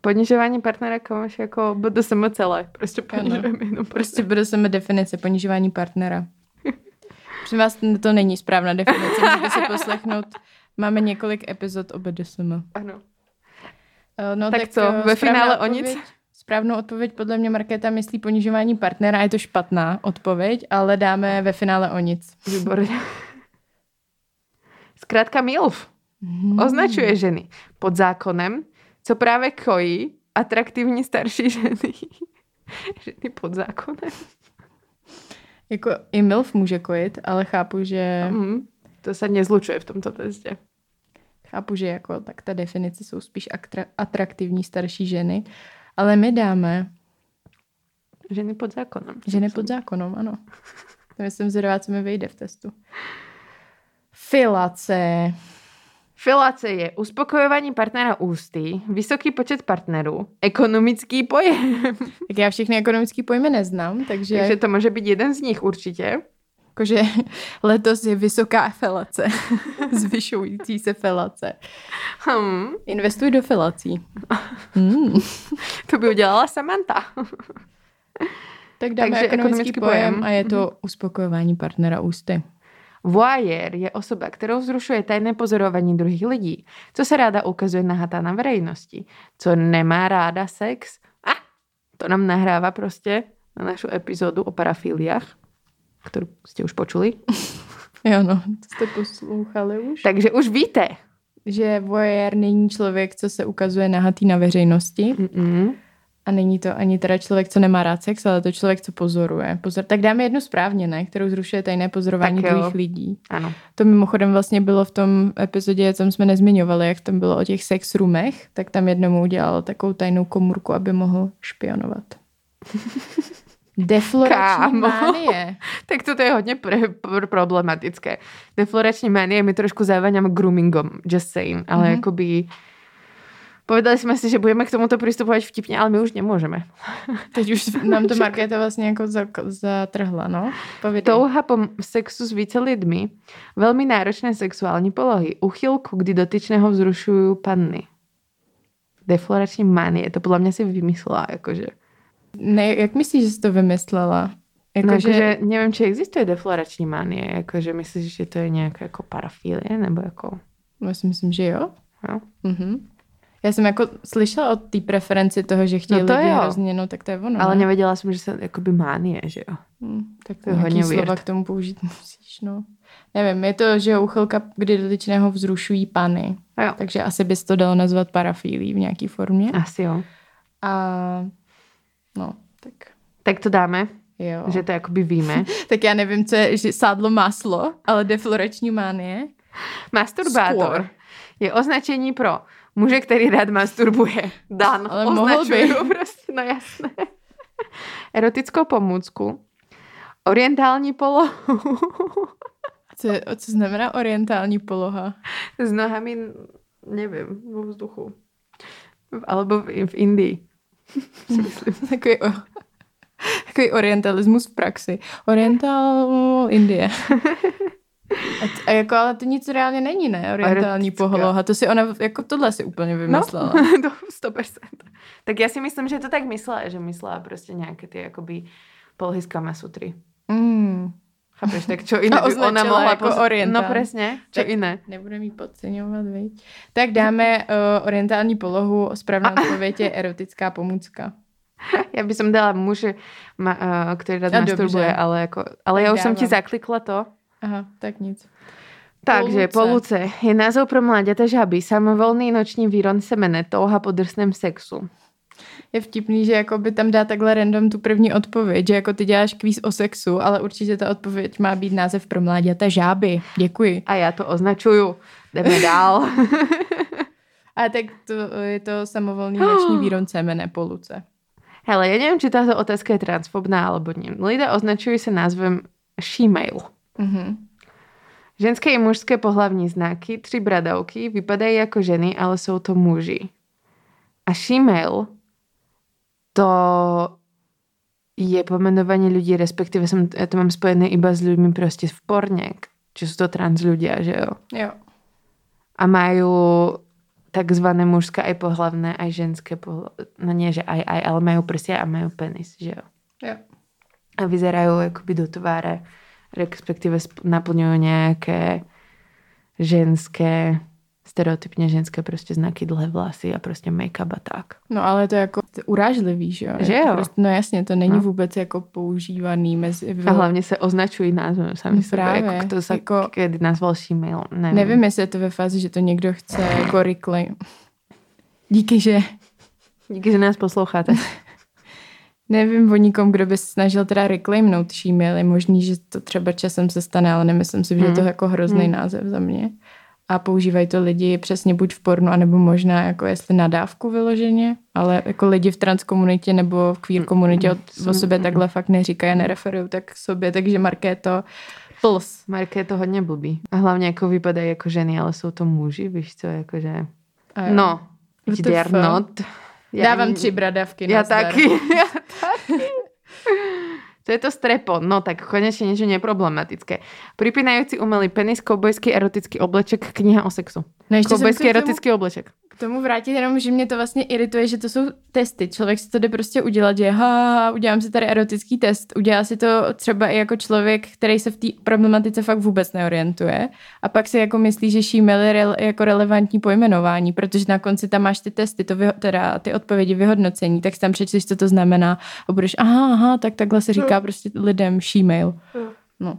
[SPEAKER 1] Ponižování partnera komuž jako BDSM celé. Prostě ponižujeme jenom
[SPEAKER 2] Prostě
[SPEAKER 1] prostě.
[SPEAKER 2] bude se mi definice ponižování partnera. Při vás to není správná definice, můžete si poslechnout. Máme několik epizod o BDSM. Eh,
[SPEAKER 1] Ano.
[SPEAKER 2] No,
[SPEAKER 1] Tak
[SPEAKER 2] tak,
[SPEAKER 1] co,
[SPEAKER 2] eh,
[SPEAKER 1] ve
[SPEAKER 2] správná
[SPEAKER 1] finále o nic?
[SPEAKER 2] odpověď- Správnou odpověď podle mě Markéta myslí ponižování partnera, je to špatná odpověď, ale dáme ve finále o nic.
[SPEAKER 1] Výborně. Zkrátka MILF
[SPEAKER 2] Mhm. Hmm.
[SPEAKER 1] označuje ženy pod zákonem, co právě kojí atraktivní starší ženy. ženy pod zákonem.
[SPEAKER 2] Jako i MILF může kojit, ale chápu, že...
[SPEAKER 1] Mm. To se nezlučuje v tomto testě.
[SPEAKER 2] Chápu, že jako tak ta definice jsou spíš aktra- atraktivní starší ženy, ale my dáme
[SPEAKER 1] Ženy pod zákonem.
[SPEAKER 2] ženy pod zákonem, ano. To jsem zvědavá, co mi vyjde v testu. Filace.
[SPEAKER 1] Filace je uspokojování partnera ústy, vysoký počet partnerů, ekonomický pojem.
[SPEAKER 2] Tak já všechny ekonomické pojmy neznám, takže,
[SPEAKER 1] Takže
[SPEAKER 2] takže...
[SPEAKER 1] to může být jeden z nich určitě.
[SPEAKER 2] Jakože letos je vysoká filace. Zvyšující se filace.
[SPEAKER 1] Hm,
[SPEAKER 2] Investuj do filací. Hmm.
[SPEAKER 1] to by udělala Samantha.
[SPEAKER 2] Tak
[SPEAKER 1] Takže
[SPEAKER 2] dáme takže ekonomický,
[SPEAKER 1] ekonomický
[SPEAKER 2] pojem,
[SPEAKER 1] pojem.
[SPEAKER 2] a je to uspokojování partnera ústy.
[SPEAKER 1] Voyeur je osoba, kterou vzrušuje tajné pozorování druhých lidí, co se ráda ukazuje nahatá na verejnosti, co nemá ráda sex. A to nám nahrává prostě na našu epizodu o parafiliách, kterou jste už počuli.
[SPEAKER 2] Jo no, to jste poslouchali už?
[SPEAKER 1] Takže už víte.
[SPEAKER 2] že voyeur není člověk, co se ukazuje nahatý na veřejnosti
[SPEAKER 1] Mm-mm.
[SPEAKER 2] a není to ani teda člověk, co nemá rád sex, ale to člověk, co pozoruje. Pozor... Tak dáme jednu správně, ne? Kterou zrušuje tajné pozorování
[SPEAKER 1] Tak jo.
[SPEAKER 2] druhých lidí.
[SPEAKER 1] Ano.
[SPEAKER 2] To mimochodem vlastně bylo v tom epizodě, co jsme nezmiňovali, jak tam bylo o těch sex roomech, tak tam jednomu udělal takovou tajnou komůrku, aby mohl špionovat. Deflorační
[SPEAKER 1] Kámo.
[SPEAKER 2] mánie.
[SPEAKER 1] Tak toto je hodně pre, pr- problematické. Deflorační manie mi trošku závaňam groomingom, just saying, ale mm-hmm.
[SPEAKER 2] Mhm.
[SPEAKER 1] jakoby povedali jsme si, že budeme k tomuto přistupovat vtipně, ale my už nemůžeme.
[SPEAKER 2] Teď už nám to Markéta vlastně jako zak- zatrhla, no? Povědej.
[SPEAKER 1] Touha po sexu s více lidmi, velmi náročné sexuální polohy, uchylku, kdy dotyčného vzrušují panny. Deflorační manie, to podle mě si vymyslela, jakože.
[SPEAKER 2] Ne, jak myslíš, že jsi to vymyslela? Jako,
[SPEAKER 1] No,
[SPEAKER 2] no, že,
[SPEAKER 1] jakože nevím, či existuje deflorační manie, jakože myslíš, že to je nějaká jako parafilie, nebo jako...
[SPEAKER 2] Já si myslím, že jo.
[SPEAKER 1] No.
[SPEAKER 2] Mhm. Já jsem jako slyšela o té preferenci toho, že chtějí
[SPEAKER 1] No
[SPEAKER 2] no
[SPEAKER 1] to
[SPEAKER 2] lidi
[SPEAKER 1] jo.
[SPEAKER 2] hrozně, no tak to je ono.
[SPEAKER 1] Ale
[SPEAKER 2] ne?
[SPEAKER 1] nevěděla jsem, že se jakoby mánie, že jo.
[SPEAKER 2] Hm, Tak
[SPEAKER 1] To
[SPEAKER 2] to
[SPEAKER 1] je
[SPEAKER 2] je
[SPEAKER 1] hodně
[SPEAKER 2] hodně slova
[SPEAKER 1] weird.
[SPEAKER 2] k tomu použít musíš, no. Nevím, je to, že uchylka, kdy dotyčného vzrušují pany.
[SPEAKER 1] A jo.
[SPEAKER 2] Takže asi bys to dalo nazvat parafílí v nějaký formě.
[SPEAKER 1] Asi jo.
[SPEAKER 2] A no, tak
[SPEAKER 1] Tak to dáme,
[SPEAKER 2] jo.
[SPEAKER 1] že to jakoby víme.
[SPEAKER 2] Tak já nevím, co je že sádlo máslo, ale deflorační mánie.
[SPEAKER 1] Masturbátor
[SPEAKER 2] Skôr.
[SPEAKER 1] je označení pro Muže, který rád masturbuje. Dan.
[SPEAKER 2] Ale mohl
[SPEAKER 1] Označuji
[SPEAKER 2] by.
[SPEAKER 1] ho prostě, no jasné. Erotickou pomůcku. Orientální polo
[SPEAKER 2] Co, je- co znamená orientální poloha?
[SPEAKER 1] s nohami, nevím, vo vzduchu. Alebo v, v Indii.
[SPEAKER 2] Takový, o, takový orientalismus v praxi. Oriental Indie. A, t- a jako, ale to nic reálně není, ne? Orientální
[SPEAKER 1] Erotická.
[SPEAKER 2] pohloha. To si ona, jako tohle si úplně vymyslela. No.
[SPEAKER 1] No, to 100%. Tak já si myslím, že to tak myslela, že myslela prostě nějaké ty jakoby polohy z Kamasutry.
[SPEAKER 2] Mm.
[SPEAKER 1] Chápeš, tak čo iné
[SPEAKER 2] A
[SPEAKER 1] by ona
[SPEAKER 2] označila
[SPEAKER 1] mohla
[SPEAKER 2] jako orientál.
[SPEAKER 1] No presne, čo
[SPEAKER 2] Tak-
[SPEAKER 1] iné.
[SPEAKER 2] Nebudeme jí podceňovat, viď? Tak dáme uh, orientální polohu, správná odpověď je erotická pomůcka.
[SPEAKER 1] Ja by som dala muže, ma, uh, ktorý rád
[SPEAKER 2] A
[SPEAKER 1] masturbuje,
[SPEAKER 2] dobře.
[SPEAKER 1] ale, ako, ale ja už som ti
[SPEAKER 2] Dávam.
[SPEAKER 1] zaklikla to.
[SPEAKER 2] Aha, tak nic.
[SPEAKER 1] Takže poluce je názov pro mláďata žaby, samovolný noční výron semene, touha po drsném sexu.
[SPEAKER 2] Je vtipný, že jako by tam dá takhle random tu první odpověď, že jako ty děláš kvíz o sexu, ale určitě ta odpověď má být název pro mláďata žáby. Děkuji.
[SPEAKER 1] A já to označuju. Jdeme dál.
[SPEAKER 2] A tak to eh, je to samovolný noční výron semene poluce.
[SPEAKER 1] Hele, já nevím, či tato otázka je transfobná, alebo nie. Lidé označují se názvem she-mail.
[SPEAKER 2] Mhm.
[SPEAKER 1] Ženské i mužské pohlavní znaky, tři bradavky, vypadají jako ženy, ale jsou to muži. A shemale to je pomenovanie ľudí, respektíve som, ja to mám spojené iba s ľuďmi proste v porne, čo sú to trans ľudia, že jo.
[SPEAKER 2] Jo.
[SPEAKER 1] A majú takzvané mužské aj pohlavné, aj ženské pohlavné, no nie, že aj, aj, ale majú prsia a majú penis, že jo.
[SPEAKER 2] Jo.
[SPEAKER 1] A vyzerajú akoby do tváre, respektíve sp- naplňujú nejaké ženské, stereotypně ženské prostě znaky, dlhé vlasy a prostě make-up a tak.
[SPEAKER 2] No ale to je jako urážlivý, že jo? Je
[SPEAKER 1] Že
[SPEAKER 2] to
[SPEAKER 1] jo?
[SPEAKER 2] Prostě, no jasně, to není
[SPEAKER 1] No.
[SPEAKER 2] vůbec jako používaný mezi...
[SPEAKER 1] A hlavně se označují názvem sami
[SPEAKER 2] No
[SPEAKER 1] sebe,
[SPEAKER 2] právě,
[SPEAKER 1] jako kdo se jako...
[SPEAKER 2] jako-
[SPEAKER 1] kedy nazval Gmail, nevím.
[SPEAKER 2] Nevím, jestli je to ve fázi, že to někdo chce jako reclaim. Díky, že
[SPEAKER 1] Díky, že nás posloucháte.
[SPEAKER 2] nevím o nikom, kdo by se snažil teda reclaimnout Gmail. Je možný, že to třeba časem se stane, ale nemyslím si, že
[SPEAKER 1] Hmm.
[SPEAKER 2] to je jako hrozný
[SPEAKER 1] Hmm.
[SPEAKER 2] název za mě. A používají to lidi přesně buď v pornu, anebo možná jako jestli na dávku vyloženě, ale jako lidi v transkomunitě nebo v
[SPEAKER 1] Hmm.
[SPEAKER 2] queer komunitě o, o sobě takhle fakt neříkají a nereferují tak k sobě, takže Markéto plus.
[SPEAKER 1] Marka je to hodně blbý. A hlavně jako vypadají jako ženy, ale jsou to muži, víš co, jakože...
[SPEAKER 2] A jo.
[SPEAKER 1] No,
[SPEAKER 2] WTF.
[SPEAKER 1] they are not.
[SPEAKER 2] Dávám tři bradavky.
[SPEAKER 1] Já
[SPEAKER 2] nazdar.
[SPEAKER 1] taky, já taky. To je to strepo. No tak konečně něco neproblematické. Připínající umelý penis, koubojský erotický obleček, kniha o sexu.
[SPEAKER 2] No ještě jsem se
[SPEAKER 1] Koubojský
[SPEAKER 2] k tomu-
[SPEAKER 1] erotický obleček.
[SPEAKER 2] k tomu vrátit jenom, že mě to vlastně irituje, že to jsou testy. Člověk si to jde prostě udělat, že ha, ha, udělám si tady erotický test. Udělá si to třeba i jako člověk, který se v té problematice fakt vůbec neorientuje. A pak si jako myslí, že šímel je rele- jako relevantní pojmenování, protože na konci tam máš ty testy, to vyho- teda ty odpovědi vyhodnocení, tak si tam přečteš, co to znamená a budeš, aha, aha, tak takhle se říká prostě lidem šímail. No.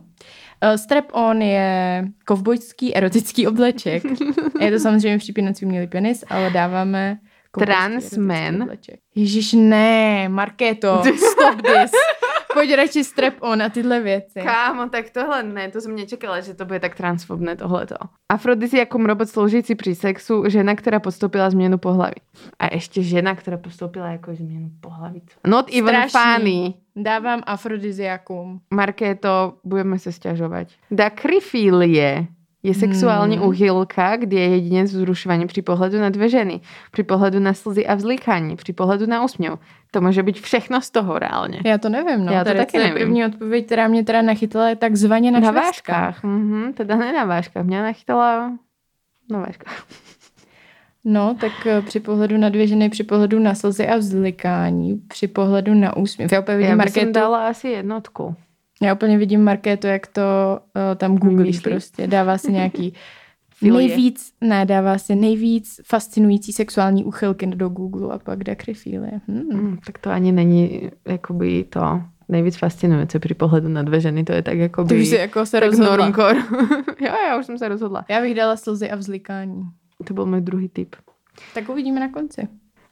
[SPEAKER 2] Eh, Strap-on je kovbojský erotický obleček. Je to samozřejmě připínací umělý penis, ale dáváme kovbojský
[SPEAKER 1] Transmen.
[SPEAKER 2] erotický obleček. Ježíš, ne, Markéto, stop this. Pojď radši strap-on a tyhle věci.
[SPEAKER 1] Kámo, tak tohle ne, to jsem nečekala, že to bude tak transfobné tohleto. Afrodisi jako mrobot sloužící při sexu, žena, která podstoupila změnu pohlaví. A ještě žena, která podstoupila jako změnu pohlaví. Not even
[SPEAKER 2] Strašný.
[SPEAKER 1] funny.
[SPEAKER 2] Dávám afrodiziakum.
[SPEAKER 1] Markéto, budeme se stěžovat. Dakryfilie je sexuální hmm. úchylka, kdy je jedinec vzrušovaný při pohledu na dvě ženy, při pohledu na slzy a vzlíkání, při pohledu na úsměv. To může být všechno z toho reálně.
[SPEAKER 2] Já to nevím, no.
[SPEAKER 1] Já to
[SPEAKER 2] Tady
[SPEAKER 1] taky
[SPEAKER 2] je
[SPEAKER 1] nevím.
[SPEAKER 2] První odpověď, která mě teda nachytala, je takzvaně na,
[SPEAKER 1] Na
[SPEAKER 2] švestkách.
[SPEAKER 1] váškách. Mhm, teda ne na váškách. Mě nachytala na váškách.
[SPEAKER 2] No, tak eh, při pohledu na dvě ženy, při pohledu na slzy a vzlikání, při pohledu na úsměv. Já úplně
[SPEAKER 1] Já
[SPEAKER 2] vidím
[SPEAKER 1] bych
[SPEAKER 2] Markétu.
[SPEAKER 1] jsem dala asi jednotku.
[SPEAKER 2] Já úplně vidím Markéto, jak to uh, tam googlí
[SPEAKER 1] Vymýšlí.
[SPEAKER 2] prostě. Dává si nějaký
[SPEAKER 1] Filie.
[SPEAKER 2] nejvíc, ne, dává si nejvíc fascinující sexuální uchylky do Google a pak dakryfíle. Hmm.
[SPEAKER 1] Mm, tak to ani není jakoby to nejvíc fascinující při pohledu na dvě ženy. To je tak
[SPEAKER 2] To
[SPEAKER 1] jakoby...
[SPEAKER 2] už se jako se
[SPEAKER 1] tak
[SPEAKER 2] rozhodla.
[SPEAKER 1] normkor. jo, já už jsem se rozhodla.
[SPEAKER 2] Já bych dala slzy a vzlikání.
[SPEAKER 1] To byl můj druhý tip.
[SPEAKER 2] Tak uvidíme na konci.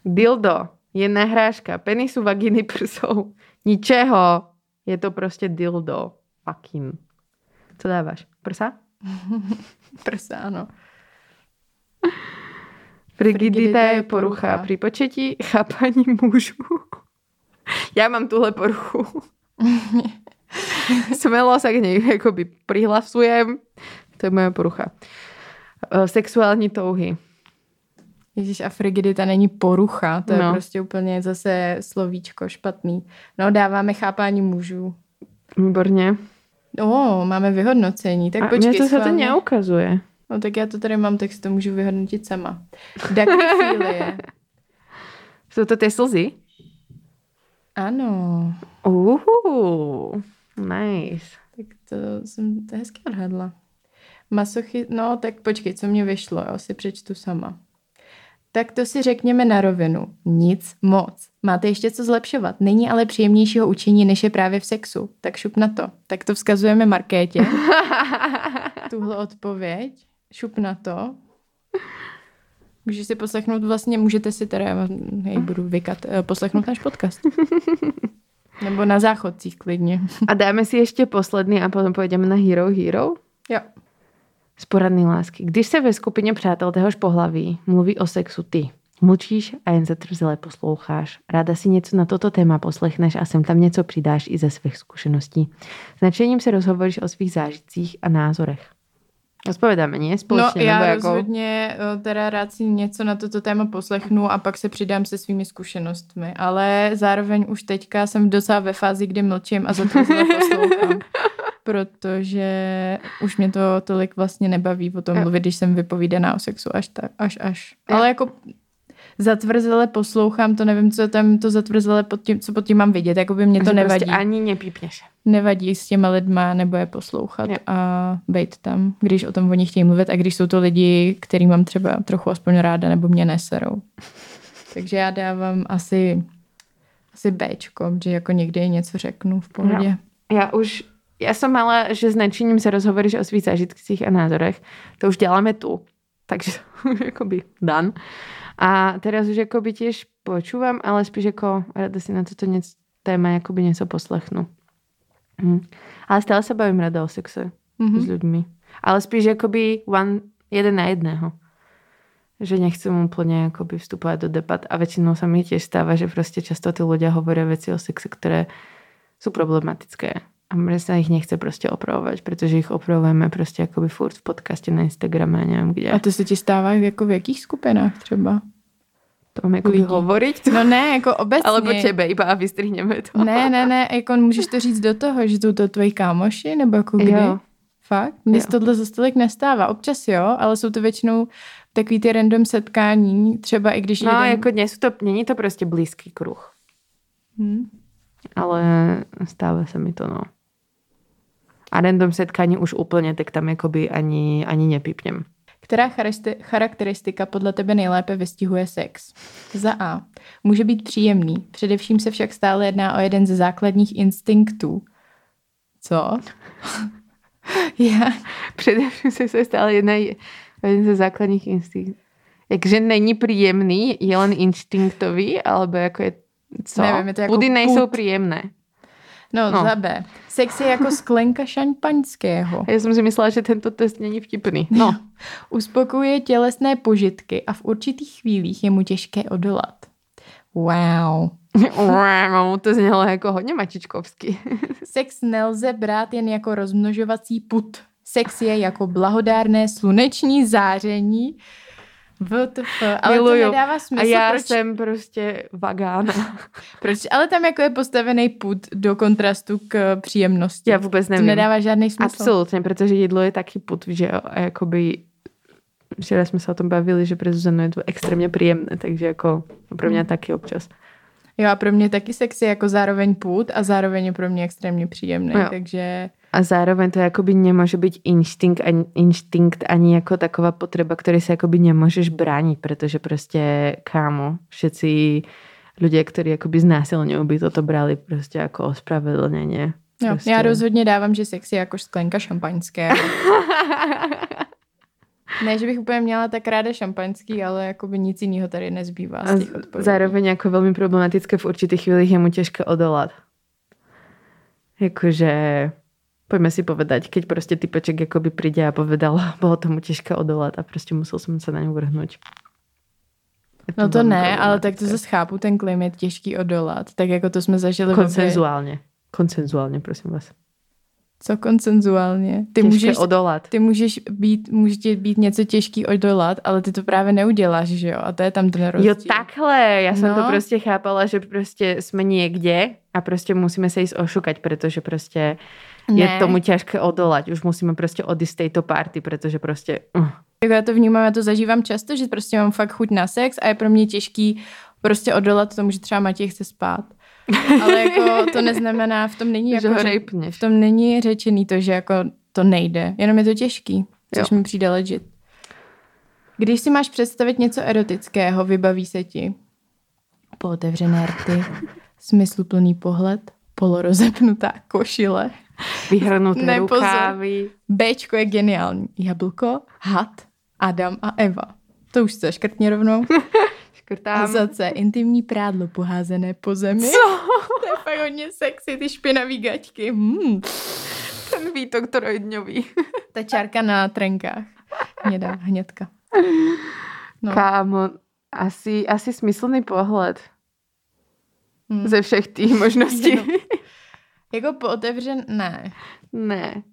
[SPEAKER 1] Dildo je nahrážka penisu, vaginy, prsou. Ničeho. Je to prostě dildo. Fucking. Co dáváš? Prsa?
[SPEAKER 2] Prsa, ano.
[SPEAKER 1] Frigidita je porucha při početí, chápaní mužů. Já mám tuhle poruchu. Smelo sa k nej jakoby prihlasujem. To je moje porucha. E, Sexuální touhy.
[SPEAKER 2] Ježíš, a frigidita není porucha, to je
[SPEAKER 1] No.
[SPEAKER 2] prostě úplně zase slovíčko špatný. No, dáváme chápání mužů.
[SPEAKER 1] Výborně.
[SPEAKER 2] O, máme vyhodnocení, tak
[SPEAKER 1] A
[SPEAKER 2] počkej.
[SPEAKER 1] mně to se to
[SPEAKER 2] schválně.
[SPEAKER 1] neukazuje.
[SPEAKER 2] No tak já to tady mám, tak si to můžu vyhodnotit sama. Daktyfilie.
[SPEAKER 1] Jsou to ty slzy?
[SPEAKER 2] Ano,
[SPEAKER 1] Uhu, nice.
[SPEAKER 2] tak to jsem to hezky odhadla. Masochy, no tak počkej, co mě vyšlo, jo, si přečtu sama. Tak to si řekněme na rovinu. Nic moc. Máte ještě co zlepšovat. Není ale příjemnějšího učení, než je právě v sexu. Tak šup na to. Tak to vzkazujeme Markétě. Tuhle odpověď. Šup na to. Můžeš si poslechnout vlastně, můžete si teda, já jej budu vykat, eh, poslechnout náš podcast. Nebo na záchodcích klidně.
[SPEAKER 1] A dáme si ještě poslední a potom pojedeme na Hero Hero.
[SPEAKER 2] Jo.
[SPEAKER 1] Z poradny lásky. Když se ve skupině přátel téhož pohlaví mluví o sexu ty, mlčíš a jen zatrzele posloucháš. Ráda si něco na toto téma poslechneš a sem tam něco přidáš i ze svých zkušeností. S nadšením se rozhovoríš o svých zážitcích a názorech. Rozpovedáme, ne?
[SPEAKER 2] No
[SPEAKER 1] Společně,
[SPEAKER 2] já
[SPEAKER 1] nebo jako...
[SPEAKER 2] rozhodně eh, teda rád si něco na toto téma poslechnu a pak se přidám se svými zkušenostmi, ale zároveň už teďka jsem docela ve fázi, kdy mlčím a zatvrzle poslouchám. Protože už mě to tolik vlastně nebaví o tom
[SPEAKER 1] Jo.
[SPEAKER 2] mluvit, když jsem vypovídaná o sexu až tak, až až.
[SPEAKER 1] Jo.
[SPEAKER 2] Ale jako zatvrzele poslouchám, to nevím, co je tam to zatvrzele pod tím, co pod tím mám vidět, jako by mě to
[SPEAKER 1] Že
[SPEAKER 2] nevadí.
[SPEAKER 1] Prostě ani nepípneš.
[SPEAKER 2] nevadí s těma lidma nebo je poslouchat
[SPEAKER 1] Jo.
[SPEAKER 2] a být tam, když o tom oni chtějí mluvit a když jsou to lidi, který mám třeba trochu aspoň ráda nebo mě neserou. Takže já dávám asi, asi Bčko, že jako někdy něco řeknu v pohodě.
[SPEAKER 1] Já už, já jsem mala, že s nadšením se rozhovoríš o svých zážitcích a názorech. To už děláme tu. Takže to už jakoby dan. A teraz už jakoby tiež počúvam, ale spíš jako rada si na toto něco téma jakoby něco poslechnu. Hm. Ale stále se bavím rada o sexe mm-hmm. s
[SPEAKER 2] Mhm.
[SPEAKER 1] lidmi. Ale spíš jakoby one, jeden na jedného. Že nechcem úplně jakoby vstupovat do debat a většinou se mi těž stává, že prostě často ty lidé hovorí věci o sexe, které jsou problematické. A mně se jich nechce prostě opravovat, protože jich opravujeme prostě jakoby furt v podcastě na Instagrame, nevím kde.
[SPEAKER 2] A to se ti stává jako v jakých skupinách třeba?
[SPEAKER 1] to mám jakoby
[SPEAKER 2] lidí.
[SPEAKER 1] hovorit,
[SPEAKER 2] No ne, jako obecně.
[SPEAKER 1] alebo tebe iba a vystrihneme to.
[SPEAKER 2] Ne, ne, ne, jako můžeš to říct do toho, že jsou to tvoji kámoši, nebo jako kdy?
[SPEAKER 1] Jo.
[SPEAKER 2] Fakt? Mně se
[SPEAKER 1] Jo.
[SPEAKER 2] tohle zase tolik nestává. Občas jo, ale jsou to většinou takový ty random setkání, třeba i když
[SPEAKER 1] No,
[SPEAKER 2] jeden...
[SPEAKER 1] jako dnes to, není to prostě blízký kruh,
[SPEAKER 2] Hm.
[SPEAKER 1] ale stává se mi to, no. A random setkání už úplně, tak tam jakoby ani, ani nepipnem.
[SPEAKER 2] Která charakter- charakteristika podle tebe nejlépe vystihuje sex? Za A. Může být příjemný. Především se však stále jedná o jeden ze základních instinktů. Co? Já,
[SPEAKER 1] Především se, se stále jedná jeden ze základních instinktů. Jakže není příjemný, je len instinktový, alebo jako je co?
[SPEAKER 2] Nevím, je to jako
[SPEAKER 1] Pudy nejsou
[SPEAKER 2] pud.
[SPEAKER 1] příjemné. No.
[SPEAKER 2] no, no, za B. Sex je jako sklenka šampaňského.
[SPEAKER 1] A Já jsem si myslela, že tento test není vtipný. No,
[SPEAKER 2] Uspokojuje tělesné požitky a v určitých chvílích je mu těžké odolat. Wow.
[SPEAKER 1] to znělo jako hodně mačičkovsky.
[SPEAKER 2] Sex nelze brát jen jako rozmnožovací put. Sex je jako blahodárné sluneční záření. VTF. Ale
[SPEAKER 1] Miluju.
[SPEAKER 2] to nedává smysl.
[SPEAKER 1] A já
[SPEAKER 2] proč,
[SPEAKER 1] jsem prostě vagán.
[SPEAKER 2] proč, ale tam jako je postavený put do kontrastu k příjemnosti.
[SPEAKER 1] Já vůbec
[SPEAKER 2] to
[SPEAKER 1] nevím.
[SPEAKER 2] nedává žádný smysl.
[SPEAKER 1] Absolutně, protože jídlo je taky put, že jo, a jakoby včera jsme se o tom bavili, že pro Zuzanu je to extrémně příjemné, takže jako pro
[SPEAKER 2] Hmm.
[SPEAKER 1] mě taky občas.
[SPEAKER 2] Jo a pro mě taky sex je jako zároveň put a zároveň je pro mě extrémně příjemný.
[SPEAKER 1] Jo.
[SPEAKER 2] Takže
[SPEAKER 1] A zároveň to jakoby nemůže být instinkt ani, instinkt ani jako taková potreba, který se jakoby nemůžeš bránit, protože prostě kámo, všetci lidé, kteří jakoby znásilňují, by toto brali prostě jako ospravedlněně.
[SPEAKER 2] Jo,
[SPEAKER 1] Prostě.
[SPEAKER 2] Já rozhodně dávám, že sex je jako sklenka šampaňské. ne, že bych úplně měla tak ráda šampaňský, ale jako by nic jiného tady nezbývá
[SPEAKER 1] A
[SPEAKER 2] z těch
[SPEAKER 1] z-
[SPEAKER 2] odpovědí.
[SPEAKER 1] zároveň jako velmi problematické v určitých chvílích je mu těžké odolat. Jakože pojďme si povedať, keď prostě typeček jakoby přijde a povedal, bylo tomu těžké odolat a prostě musel jsem se na něj vrhnout.
[SPEAKER 2] No to ne, ale tak to zase chápu, ten klim je těžký odolat. Tak jako to jsme zažili. ve-
[SPEAKER 1] Konsenzuálně. Konsenzuálně, prosím vás.
[SPEAKER 2] Co konsenzuálně? Ty
[SPEAKER 1] Těžké
[SPEAKER 2] můžeš,
[SPEAKER 1] odolat.
[SPEAKER 2] ty můžeš být, může ti být něco těžký odolat, ale ty to právě neuděláš, že jo? A to je tam ten rozdíl.
[SPEAKER 1] Jo takhle, já jsem no. to
[SPEAKER 2] prostě. No.
[SPEAKER 1] prostě chápala, že prostě jsme někde a prostě musíme se jít ošukať, protože prostě ne. je
[SPEAKER 2] Ne.
[SPEAKER 1] tomu těžké odolať. Už musíme prostě odjít z této party, protože prostě... Uh.
[SPEAKER 2] Jako já to vnímám, já to zažívám často, že prostě mám fakt chuť na sex a je pro mě těžký prostě odolat tomu, že třeba Matěj chce spát. Ale jako to neznamená, v tom není
[SPEAKER 1] Že
[SPEAKER 2] jako,
[SPEAKER 1] ho
[SPEAKER 2] že-
[SPEAKER 1] rejpneš.
[SPEAKER 2] v tom není řečený to, že jako to nejde. Jenom je to těžký, což
[SPEAKER 1] Jo.
[SPEAKER 2] mi přijde legit. Když si máš představit něco erotického, vybaví se ti pootevřené rty, smysluplný pohled, polorozepnutá košile,
[SPEAKER 1] Vyhrnuté ne,
[SPEAKER 2] Ne, pozor.
[SPEAKER 1] rukávy.
[SPEAKER 2] Bčko je geniální. Jablko, had, Adam a Eva. To už se škrtně rovnou. A
[SPEAKER 1] Škrtám.
[SPEAKER 2] za C, intimní prádlo poházené po zemi.
[SPEAKER 1] Co?
[SPEAKER 2] To je fakt hodně sexy, ty špinavý gaťky. Hmm.
[SPEAKER 1] Ten výtok trojdňový.
[SPEAKER 2] Ta čárka na trenkách. Hnědá, hnědka. No.
[SPEAKER 1] Kámo, asi, asi smyslný pohled
[SPEAKER 2] Hmm.
[SPEAKER 1] ze všech těch možností.
[SPEAKER 2] Jenom. Jako pootevřen, ne.
[SPEAKER 1] ne.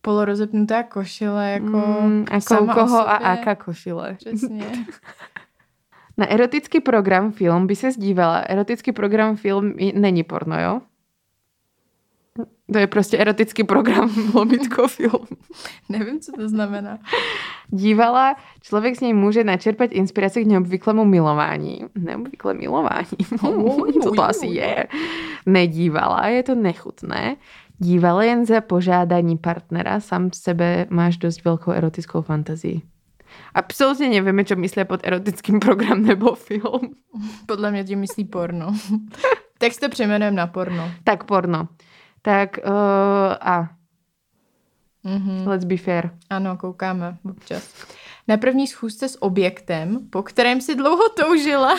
[SPEAKER 2] Polorozepnutá košile, jako
[SPEAKER 1] Mm, ako u
[SPEAKER 2] sama o
[SPEAKER 1] koho a
[SPEAKER 2] sobě.
[SPEAKER 1] aká košile.
[SPEAKER 2] Přesně.
[SPEAKER 1] Na erotický program film by se zdívala. Erotický program film i- není porno, jo? To je prostě erotický program, lomitko film.
[SPEAKER 2] Nevím, co to znamená.
[SPEAKER 1] Dívala, člověk z něj může načerpat inspiraci k neobvyklému milování. Neobvyklé milování. Co to asi je? Nedívala, je to nechutné. Dívala jen za požádání partnera, sám sebe máš dost velkou erotickou fantazii. Absolutně nevíme, co myslí pod erotickým program nebo film.
[SPEAKER 2] Podle mě tím myslí porno. tak si to přejmenujeme na porno.
[SPEAKER 1] Tak porno. Tak uh, a
[SPEAKER 2] Mhm.
[SPEAKER 1] let's be fair.
[SPEAKER 2] Ano, koukáme občas. Na první schůzce s objektem, po kterém si dlouho toužila.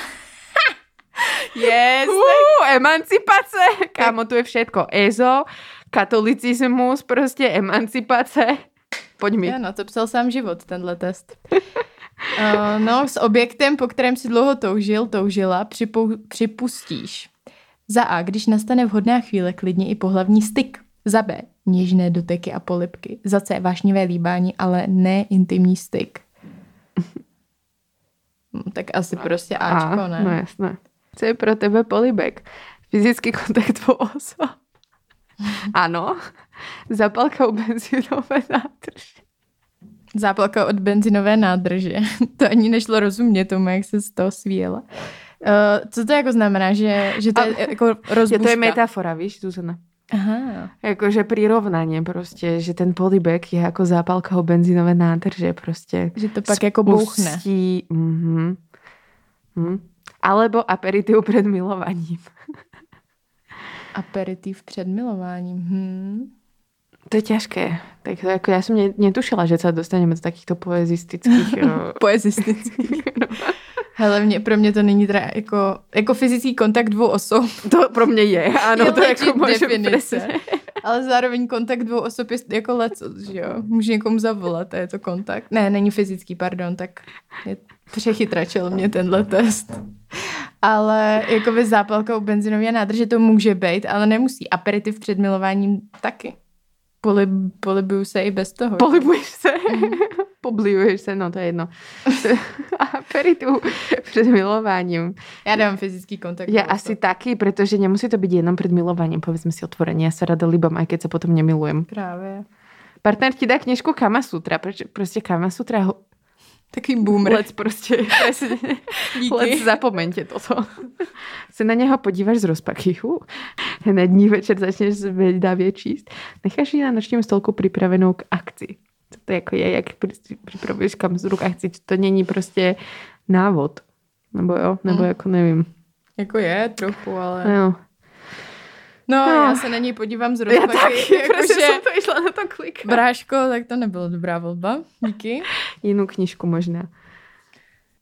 [SPEAKER 2] yes!
[SPEAKER 1] Uh, emancipace! Kámo, tu je všetko. EZO, katolicismus, prostě emancipace. Pojď mi.
[SPEAKER 2] Ano, to psal sám život, tenhle test. Uh, no, s objektem, po kterém si dlouho toužil, toužila, připou- připustíš. Za A, když nastane vhodná chvíle, klidně i pohlavní styk. Za B, něžné doteky a polipky. Za C, vášnivé líbání, ale ne intimní styk. Hm, Tak asi prostě Ačko, ne?
[SPEAKER 1] No jasné. Co je pro tebe polibek? Fyzický kontakt dvou osob. Ano. Zapalka u benzínové nádrže.
[SPEAKER 2] Zápalka od benzinové nádrže. To ani nešlo rozumět tomu, jak se z toho svíjela. Uh, co to jako znamená, že, že to je
[SPEAKER 1] A-
[SPEAKER 2] jako
[SPEAKER 1] Je
[SPEAKER 2] rozbuška?
[SPEAKER 1] to je metafora, víš, Zuzana?
[SPEAKER 2] Aha.
[SPEAKER 1] Jakože prirovnanie prostě, že ten polibek je jako zápalka u benzínové nádrže prostě.
[SPEAKER 2] Že to pak jako bouchne.
[SPEAKER 1] Spustí, mm-hmm. mm. Alebo aperitiv před milovaním.
[SPEAKER 2] Aperitiv před milováním. Hmm.
[SPEAKER 1] To je těžké. Tak to jako já jsem ne- netušila, že se dostaneme do takýchto poezistických... eh, jo.
[SPEAKER 2] Poezistický. Hele, mě, pro mě to není teda jako, jako fyzický kontakt dvou osob.
[SPEAKER 1] to pro mě je, ano,
[SPEAKER 2] je
[SPEAKER 1] to
[SPEAKER 2] legit
[SPEAKER 1] jako můžem
[SPEAKER 2] definice.
[SPEAKER 1] přesně.
[SPEAKER 2] Ale zároveň kontakt dvou osob je jako leco, že jo? Může někomu zavolat a je to kontakt. Ne, není fyzický, pardon, tak je přechytračil mě tenhle test. Ale jako by zápalka u benzinově nádrže to může být, ale nemusí. Aperitiv před milováním taky. Polib, polibuju se i bez toho.
[SPEAKER 1] Polibuješ se, poblivuješ se, no to je jedno. aperitiv před milováním.
[SPEAKER 2] Já dám fyzický kontakt.
[SPEAKER 1] Je
[SPEAKER 2] dvou
[SPEAKER 1] asi
[SPEAKER 2] osob.
[SPEAKER 1] taky, protože nemusí to být jenom před milovaním, povedzme si otvoreně. Já se rada líbám, aj keď se potom nemilujem.
[SPEAKER 2] Právě.
[SPEAKER 1] Partner ti dá knižku Kama Sutra, proč, prostě Kama Sutra ho...
[SPEAKER 2] Takový boomer.
[SPEAKER 1] Lec prostě, presne.
[SPEAKER 2] Díky.
[SPEAKER 1] Lec zapomeňte toto. Se na něho podíváš z rozpaky. Hu. Hned dní večer začneš zvědavě číst. Necháš ji na nočním stolku připravenou k akci. Co to jako je, jak pri- připravuješ kam z ruk akci. To není prostě návod. Nebo jo, nebo
[SPEAKER 2] Mm.
[SPEAKER 1] jako nevím.
[SPEAKER 2] Jako je trochu, ale...
[SPEAKER 1] No.
[SPEAKER 2] No,
[SPEAKER 1] No.
[SPEAKER 2] já se na něj podívám z
[SPEAKER 1] Já
[SPEAKER 2] rozpaky.
[SPEAKER 1] taky,
[SPEAKER 2] jako
[SPEAKER 1] prostě
[SPEAKER 2] že-
[SPEAKER 1] jsem to išla na to klik.
[SPEAKER 2] Bráško, tak to nebyla dobrá volba. Díky.
[SPEAKER 1] Jinou knižku možná.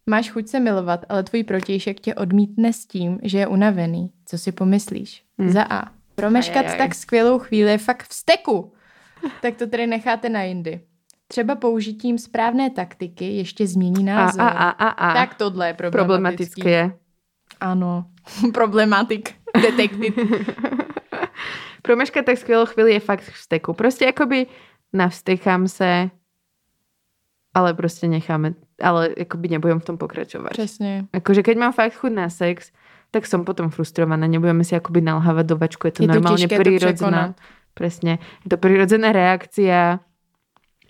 [SPEAKER 2] Máš chuť se milovat, ale tvůj protějšek tě odmítne s tím, že je unavený. Co si pomyslíš?
[SPEAKER 1] Hmm.
[SPEAKER 2] Hmm. Za A. Promeškat
[SPEAKER 1] Ajajaj.
[SPEAKER 2] tak skvělou chvíli je fakt v steku. Tak to tedy necháte na jindy. Třeba použitím správné taktiky ještě změní
[SPEAKER 1] A,
[SPEAKER 2] názor.
[SPEAKER 1] a, a, a, a.
[SPEAKER 2] Tak tohle je problematický.
[SPEAKER 1] problematické je.
[SPEAKER 2] Ano, problematik, detektiv.
[SPEAKER 1] Promeškat tak skvělou chvíli je fakt v steku. Prostě jakoby navstekám se, ale prostě necháme, ale jakoby nebudem v tom pokračovat.
[SPEAKER 2] Přesně.
[SPEAKER 1] Akože keď mám fakt chuť na sex, tak som potom frustrovaná. Nebudeme si akoby nalhávať do vačku. Je to
[SPEAKER 2] Je to
[SPEAKER 1] normálne
[SPEAKER 2] těžké to
[SPEAKER 1] prirodzená.
[SPEAKER 2] překonat.
[SPEAKER 1] Presne. Je to prirodzená reakcia,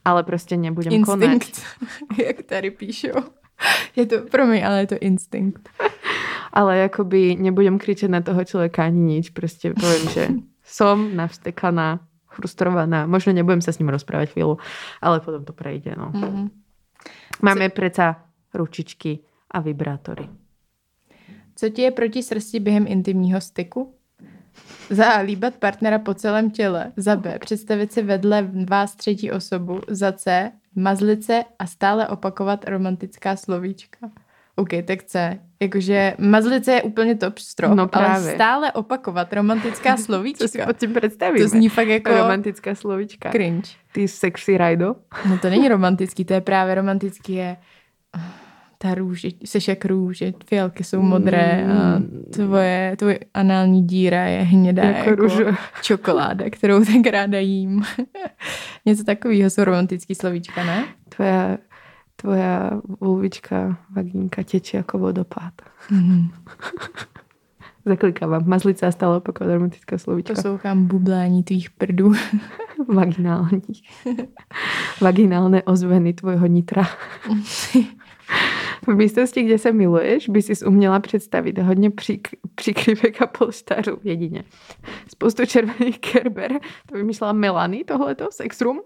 [SPEAKER 1] ale prostě nebudem konať.
[SPEAKER 2] Instinkt, jak tady píšou. Je to, promiň, ale je to instinkt.
[SPEAKER 1] Ale jakoby nebudem kričet na toho človeka ani nič. Prostě poviem, že som navstekaná, frustrovaná. Možno nebudem sa s ním rozprávať chvíľu, ale potom to prejde. No.
[SPEAKER 2] Mhm.
[SPEAKER 1] Máme preca ručičky a vibrátory.
[SPEAKER 2] Co ti je proti srsti během intimního styku? Za A. Líbat partnera po celém těle. Za B. Představit si vedle vás třetí osobu. Za C. Mazlit se a stále opakovat romantická slovíčka. OK, tak C. Jakože mazlit se je úplně top strop,
[SPEAKER 1] No právě.
[SPEAKER 2] ale stále opakovat romantická slovíčka.
[SPEAKER 1] Co si pod tím představíme?
[SPEAKER 2] to zní fakt jako
[SPEAKER 1] romantická slovička.
[SPEAKER 2] cringe.
[SPEAKER 1] Ty sexy rajdo.
[SPEAKER 2] No to není romantický, to je právě romantický je eh, ta růže, seš jak růže, fialky jsou modré a tvoje, tvoje anální díra je hnědá
[SPEAKER 1] Mm. Jako
[SPEAKER 2] jako,
[SPEAKER 1] růžo.
[SPEAKER 2] čokoláda, kterou tak ráda jím. Něco takového jsou romantický slovíčka, ne?
[SPEAKER 1] Jako- Tvoja, tvoja vulvička, vagínka tečí jako vodopád. Mhm. Zaklikávám. Mazlice a stále opakovat romantická slovíčka.
[SPEAKER 2] Poslouchám bublání tvých prdů.
[SPEAKER 1] Vaginální. Vaginálne ozveny tvojho nitra. V místnosti, kde se miluješ, by si uměla představit hodně přik- přikrývek a polštářů jedině. Spoustu červených kerber, to vymýšlela Melanie tohleto, sexrum,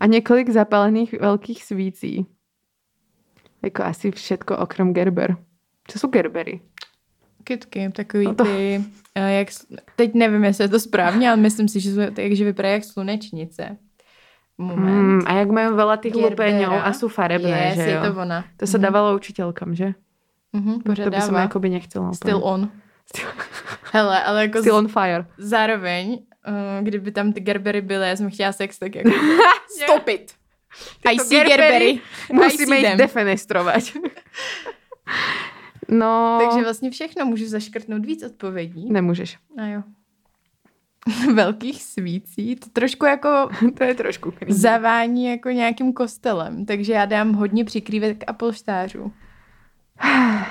[SPEAKER 1] a několik zapálených velkých svící. Jako asi všetko okrem gerber. Co jsou gerbery?
[SPEAKER 2] Kytky, takový
[SPEAKER 1] No
[SPEAKER 2] no
[SPEAKER 1] to-
[SPEAKER 2] to... ty, eh, jak, sl- teď nevím, jestli je to správně, ale myslím si, že, jsou- takže vypadá jak slunečnice. Moment.
[SPEAKER 1] Mm, a jak mají veľa tých
[SPEAKER 2] Gerbera.
[SPEAKER 1] lupeňov a jsou farebné,
[SPEAKER 2] yes,
[SPEAKER 1] že jo?
[SPEAKER 2] je to Mhm. ona.
[SPEAKER 1] To se dávalo učitelkám, že?
[SPEAKER 2] Mhm, pořád
[SPEAKER 1] to by som
[SPEAKER 2] dává.
[SPEAKER 1] jakoby nechtěla. úplně.
[SPEAKER 2] Still on.
[SPEAKER 1] Still-
[SPEAKER 2] Hele, ale jako
[SPEAKER 1] Still
[SPEAKER 2] Still on.
[SPEAKER 1] on fire.
[SPEAKER 2] zároveň, eh, kdyby tam ty gerbery byly, já jsem chtěla sex, tak jako stop it. I
[SPEAKER 1] Tyto
[SPEAKER 2] see gerbery. I
[SPEAKER 1] Musíme
[SPEAKER 2] see
[SPEAKER 1] jich
[SPEAKER 2] them.
[SPEAKER 1] defenestrovat. No,
[SPEAKER 2] Takže vlastně všechno můžu zaškrtnout víc odpovědí.
[SPEAKER 1] nemůžeš.
[SPEAKER 2] A jo. Velkých svící. To trošku jako
[SPEAKER 1] To je trošku cringe.
[SPEAKER 2] zavání jako nějakým kostelem. Takže já dám hodně přikrývek a polštářů.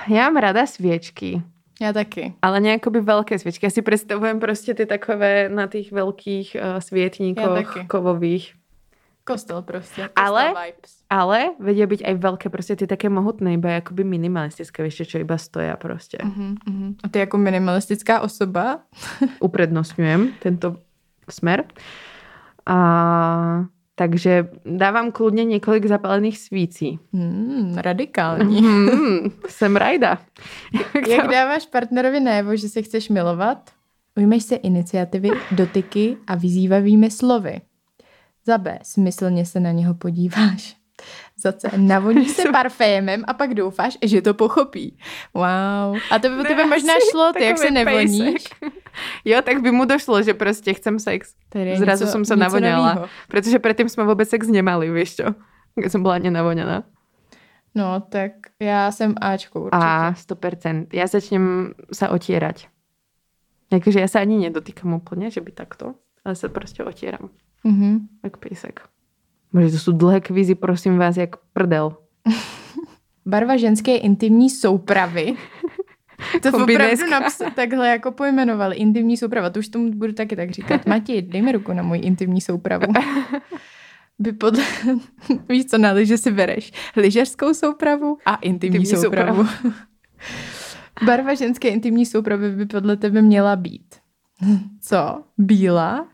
[SPEAKER 1] Já mám rada svěčky,
[SPEAKER 2] Já taky.
[SPEAKER 1] ale ne jakoby velké svěčky. Já si představujem prostě ty takové na těch velkých uh,
[SPEAKER 2] Já
[SPEAKER 1] světníkoch
[SPEAKER 2] taky.
[SPEAKER 1] kovových.
[SPEAKER 2] Kostel prostě. Kostel
[SPEAKER 1] Ale-
[SPEAKER 2] Vibes.
[SPEAKER 1] Ale vedia byť aj veľké, prostě ty také mohutné, iba jakoby minimalistické, vieš čo, čo iba stoja prostě.
[SPEAKER 2] Mhm, mhm. A ty jako minimalistická osoba
[SPEAKER 1] Uprednostňujem tento smer. A, takže dávám kludně několik zapálených svící.
[SPEAKER 2] Hmm, radikální.
[SPEAKER 1] Hmm, jsem rajda.
[SPEAKER 2] Jak dáváš partnerovi najevo, že se chceš milovat? Ujmeš se iniciativy, dotyky a vyzývavými slovy. Za B. Smyslně se na něho podíváš. Za C. Navoníš se parfémem a pak doufáš, že to pochopí. Wow. A to by
[SPEAKER 1] Ne,
[SPEAKER 2] tebe možná
[SPEAKER 1] asi
[SPEAKER 2] šlo, ty jak se
[SPEAKER 1] takový
[SPEAKER 2] nevoníš.
[SPEAKER 1] Jo, tak by mu došlo, že prostě chcem sex.
[SPEAKER 2] Tady je
[SPEAKER 1] Zrazu
[SPEAKER 2] něco-
[SPEAKER 1] jsem se
[SPEAKER 2] něco
[SPEAKER 1] navoněla.
[SPEAKER 2] novýho.
[SPEAKER 1] Protože předtím jsme vůbec sex nemali, víš čo. Já jsem byla nenavoněná.
[SPEAKER 2] No, tak já jsem Ačko určitě.
[SPEAKER 1] A 100%. Ja začnem sa otierať. Jakože ja sa ani nedotýkam úplne, že by takto, ale prostě sa proste otieram,
[SPEAKER 2] Mhm.
[SPEAKER 1] jak písek. Bože, to sú dlhé kvízy, prosím vás, jak prdel.
[SPEAKER 2] Barva ženské intimní soupravy. To
[SPEAKER 1] Kombinéska.
[SPEAKER 2] opravdu napsat takhle jako pojmenovali. Intimní souprava. To už tomu budu taky tak říkat. Mati, dej mi ruku na moji intimní soupravu. By podle... Víš co, na liže si bereš lyžařskou soupravu a intimní,
[SPEAKER 1] Intimní
[SPEAKER 2] intimní soupravu. Barva ženské intimní soupravy by podle tebe měla být. Co? Bílá?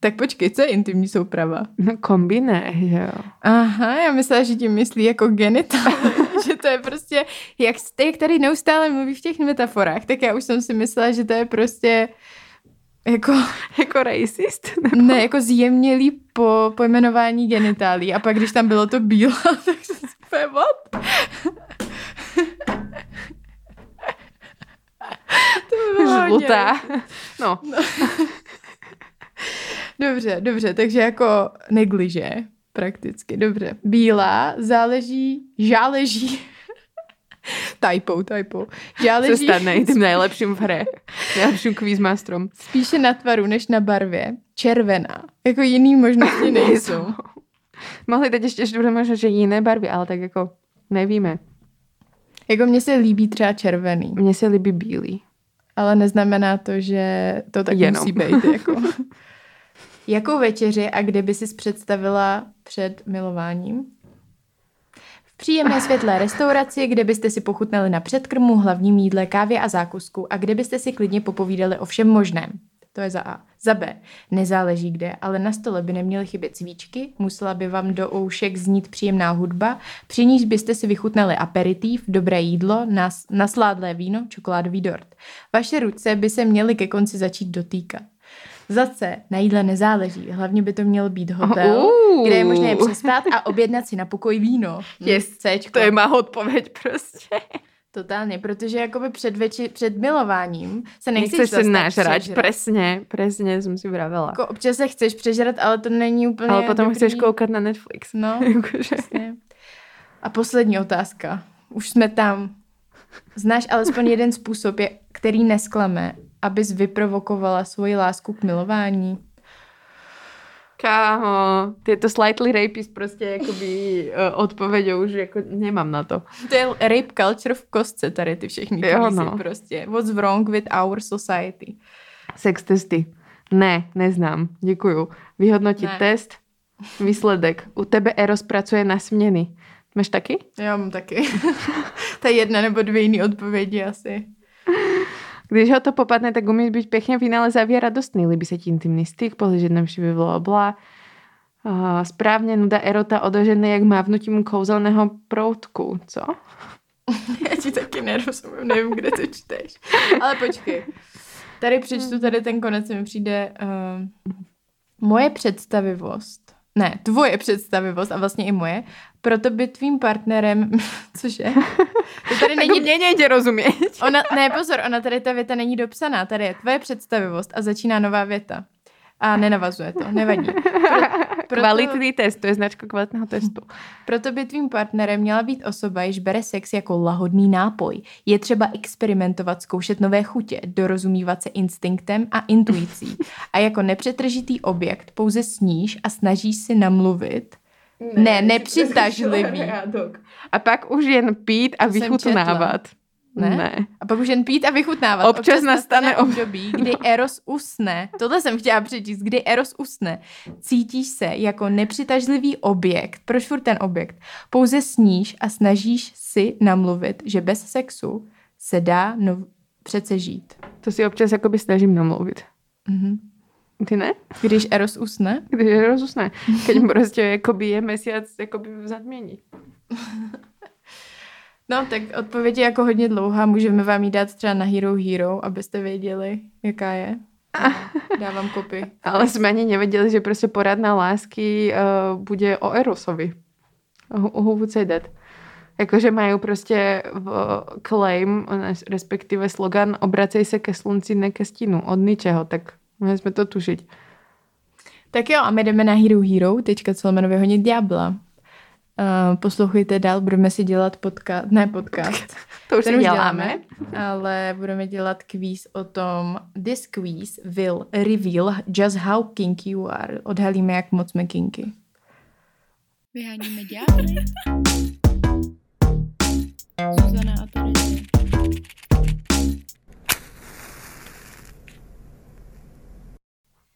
[SPEAKER 2] Tak počkej, co je intimní souprava?
[SPEAKER 1] No kombiné, že jo.
[SPEAKER 2] Aha, já myslela, že tím myslí jako genitál, že to je prostě, jak, jste- jak tady neustále mluví v těch metaforách, tak já už jsem si myslela, že to je prostě jako,
[SPEAKER 1] Jako racist?
[SPEAKER 2] ne, jako zjemnělý po pojmenování genitálí. A pak, když tam bylo to bílé, tak jsem si úplně, what? to by bylo hodně
[SPEAKER 1] Žlutá. No,
[SPEAKER 2] Dobře, dobře, takže jako negliže. Prakticky, dobře. Bílá záleží, žáleží. typou, typou.
[SPEAKER 1] Se
[SPEAKER 2] Žáleží
[SPEAKER 1] stane i tím nejlepším v hře. Nejlepším quizmasterom.
[SPEAKER 2] spíše na tvaru, než na barvě. Červená. Jako jiný možnosti nejsou.
[SPEAKER 1] Mohli teď ještě, ještě možná, že jiné barvy, ale tak jako nevíme.
[SPEAKER 2] Jako mně se líbí třeba červený,
[SPEAKER 1] Mně se líbí bílý.
[SPEAKER 2] ale neznamená to, že to tak
[SPEAKER 1] Jenom.
[SPEAKER 2] Jenom. musí být. Jako. Jakou večeři a kde by si představila před milováním? V příjemné světlé restauraci, kde byste si pochutnali na předkrmu, hlavním jídle, kávě a zákusku a kde byste si klidně popovídali o všem možném. To je za A. Za B. Nezáleží kde, ale na stole by neměly chybět svíčky, musela by vám do oušek znít příjemná hudba, při níž byste si vychutnali aperitiv, dobré jídlo, nas- nasládlé víno, čokoládový dort. Vaše ruce by se měly ke konci začít dotýkat. Za C. Na jídle nezáleží, hlavně by to měl být hotel,
[SPEAKER 1] Uuu.
[SPEAKER 2] kde je možné přespát a objednat si na pokoj víno.
[SPEAKER 1] Yes,
[SPEAKER 2] Cčko.
[SPEAKER 1] To je má odpověď prostě.
[SPEAKER 2] Totálně, protože jakoby před, veči, před milováním se nechceš,
[SPEAKER 1] Nechceš se
[SPEAKER 2] zas tak
[SPEAKER 1] nažrať,
[SPEAKER 2] přežrat.
[SPEAKER 1] presne, presne som si vravela.
[SPEAKER 2] Jako občas se chceš přežrat, ale to není úplně
[SPEAKER 1] Ale potom
[SPEAKER 2] dobrý.
[SPEAKER 1] chceš koukat na Netflix.
[SPEAKER 2] No,
[SPEAKER 1] Jakože-
[SPEAKER 2] přesně. A poslední otázka. Už jsme tam. Znáš alespoň jeden způsob, je, který nesklame, abys vyprovokovala svoji lásku k milování?
[SPEAKER 1] Kámo, tieto slightly rapist prostě jakoby eh, odpověď už jako nemám na to.
[SPEAKER 2] To je rape culture v kostce tady ty všechny
[SPEAKER 1] Jo,
[SPEAKER 2] kvízy
[SPEAKER 1] no.
[SPEAKER 2] prostě. What's wrong with our society?
[SPEAKER 1] Sex testy. Ne, neznám. Děkuju. Vyhodnotit
[SPEAKER 2] Ne.
[SPEAKER 1] test. Výsledek. U tebe Eros pracuje na směny. Máš taky?
[SPEAKER 2] Já mám taky. Ta jedna nebo dvě jiný odpovědi asi.
[SPEAKER 1] Když ho to popadne, tak umí být pěkně v finále zavěra radostný. Líbí se ti intimní styk, pohlížet na vše bla bla. A správně nuda Erota odožené jak mávnutím kouzelného proutku, co?
[SPEAKER 2] Já ti taky nerozumím, nevím, kde to čteš. Ale počkej. Tady přečtu, tady ten konec mi přijde. Uh, moje představivost, ne, tvoje představivost a vlastně i moje, proto by tvým partnerem, cože? To tady není
[SPEAKER 1] mě nejde rozumět.
[SPEAKER 2] Ona, ne, pozor, ona tady ta věta není dopsaná. Tady je tvoje představivost a začíná nová věta. A nenavazuje to, nevadí. Pro, proto,
[SPEAKER 1] Kvalitní test, to je značka kvalitného testu.
[SPEAKER 2] proto by tvým partnerem měla být osoba, již bere sex jako lahodný nápoj. Je třeba experimentovat, zkoušet nové chutě, dorozumívat se instinktem a intuicí. A jako nepřetržitý objekt pouze sníš a snažíš si namluvit. Ne, nepřitažlivý.
[SPEAKER 1] A pak už jen pít a
[SPEAKER 2] To jsem
[SPEAKER 1] vychutnávat.
[SPEAKER 2] Ne?
[SPEAKER 1] ne.
[SPEAKER 2] A pak už jen pít a vychutnávat.
[SPEAKER 1] Občas nastane ob-
[SPEAKER 2] období, kdy Eros usne. Tohle jsem chtěla přečíst, kdy Eros usne. Cítíš se jako nepřitažlivý objekt. Proč furt ten objekt? Pouze sníš a snažíš si namluvit, že bez sexu se dá no, přece žít.
[SPEAKER 1] To si občas jakoby snažím namluvit.
[SPEAKER 2] Mhm.
[SPEAKER 1] Ty ne?
[SPEAKER 2] Když Eros usne,
[SPEAKER 1] Když je rozusné. Keď prostě jakoby je měsíc jakoby v zadmění.
[SPEAKER 2] No, tak odpověď je jako hodně dlouhá, můžeme vám ji dát třeba na Hero Hero, abyste věděli, jaká je. No, dávám kopy.
[SPEAKER 1] Ale jsme ani nevěděli, že prostě poradná lásky uh, bude o Erosovi. O- O Who Would Say That. Jakože mají prostě v claim, respektive slogan obracej se ke slunci, ne ke stínu. Od ničeho, tak mohli jsme to tušit.
[SPEAKER 2] Tak jo, a my jdeme na Hero Hero, teďka celomenově honit Diabla. Uh, poslouchejte dál, budeme si dělat podcast, ne podcast,
[SPEAKER 1] To už
[SPEAKER 2] ten
[SPEAKER 1] si děláme.
[SPEAKER 2] ale budeme dělat kvíz o tom This quiz will reveal just how kinky you are. Odhalíme, jak moc jsme kinky.
[SPEAKER 3] Vyháníme ďábly. Zuzana a to.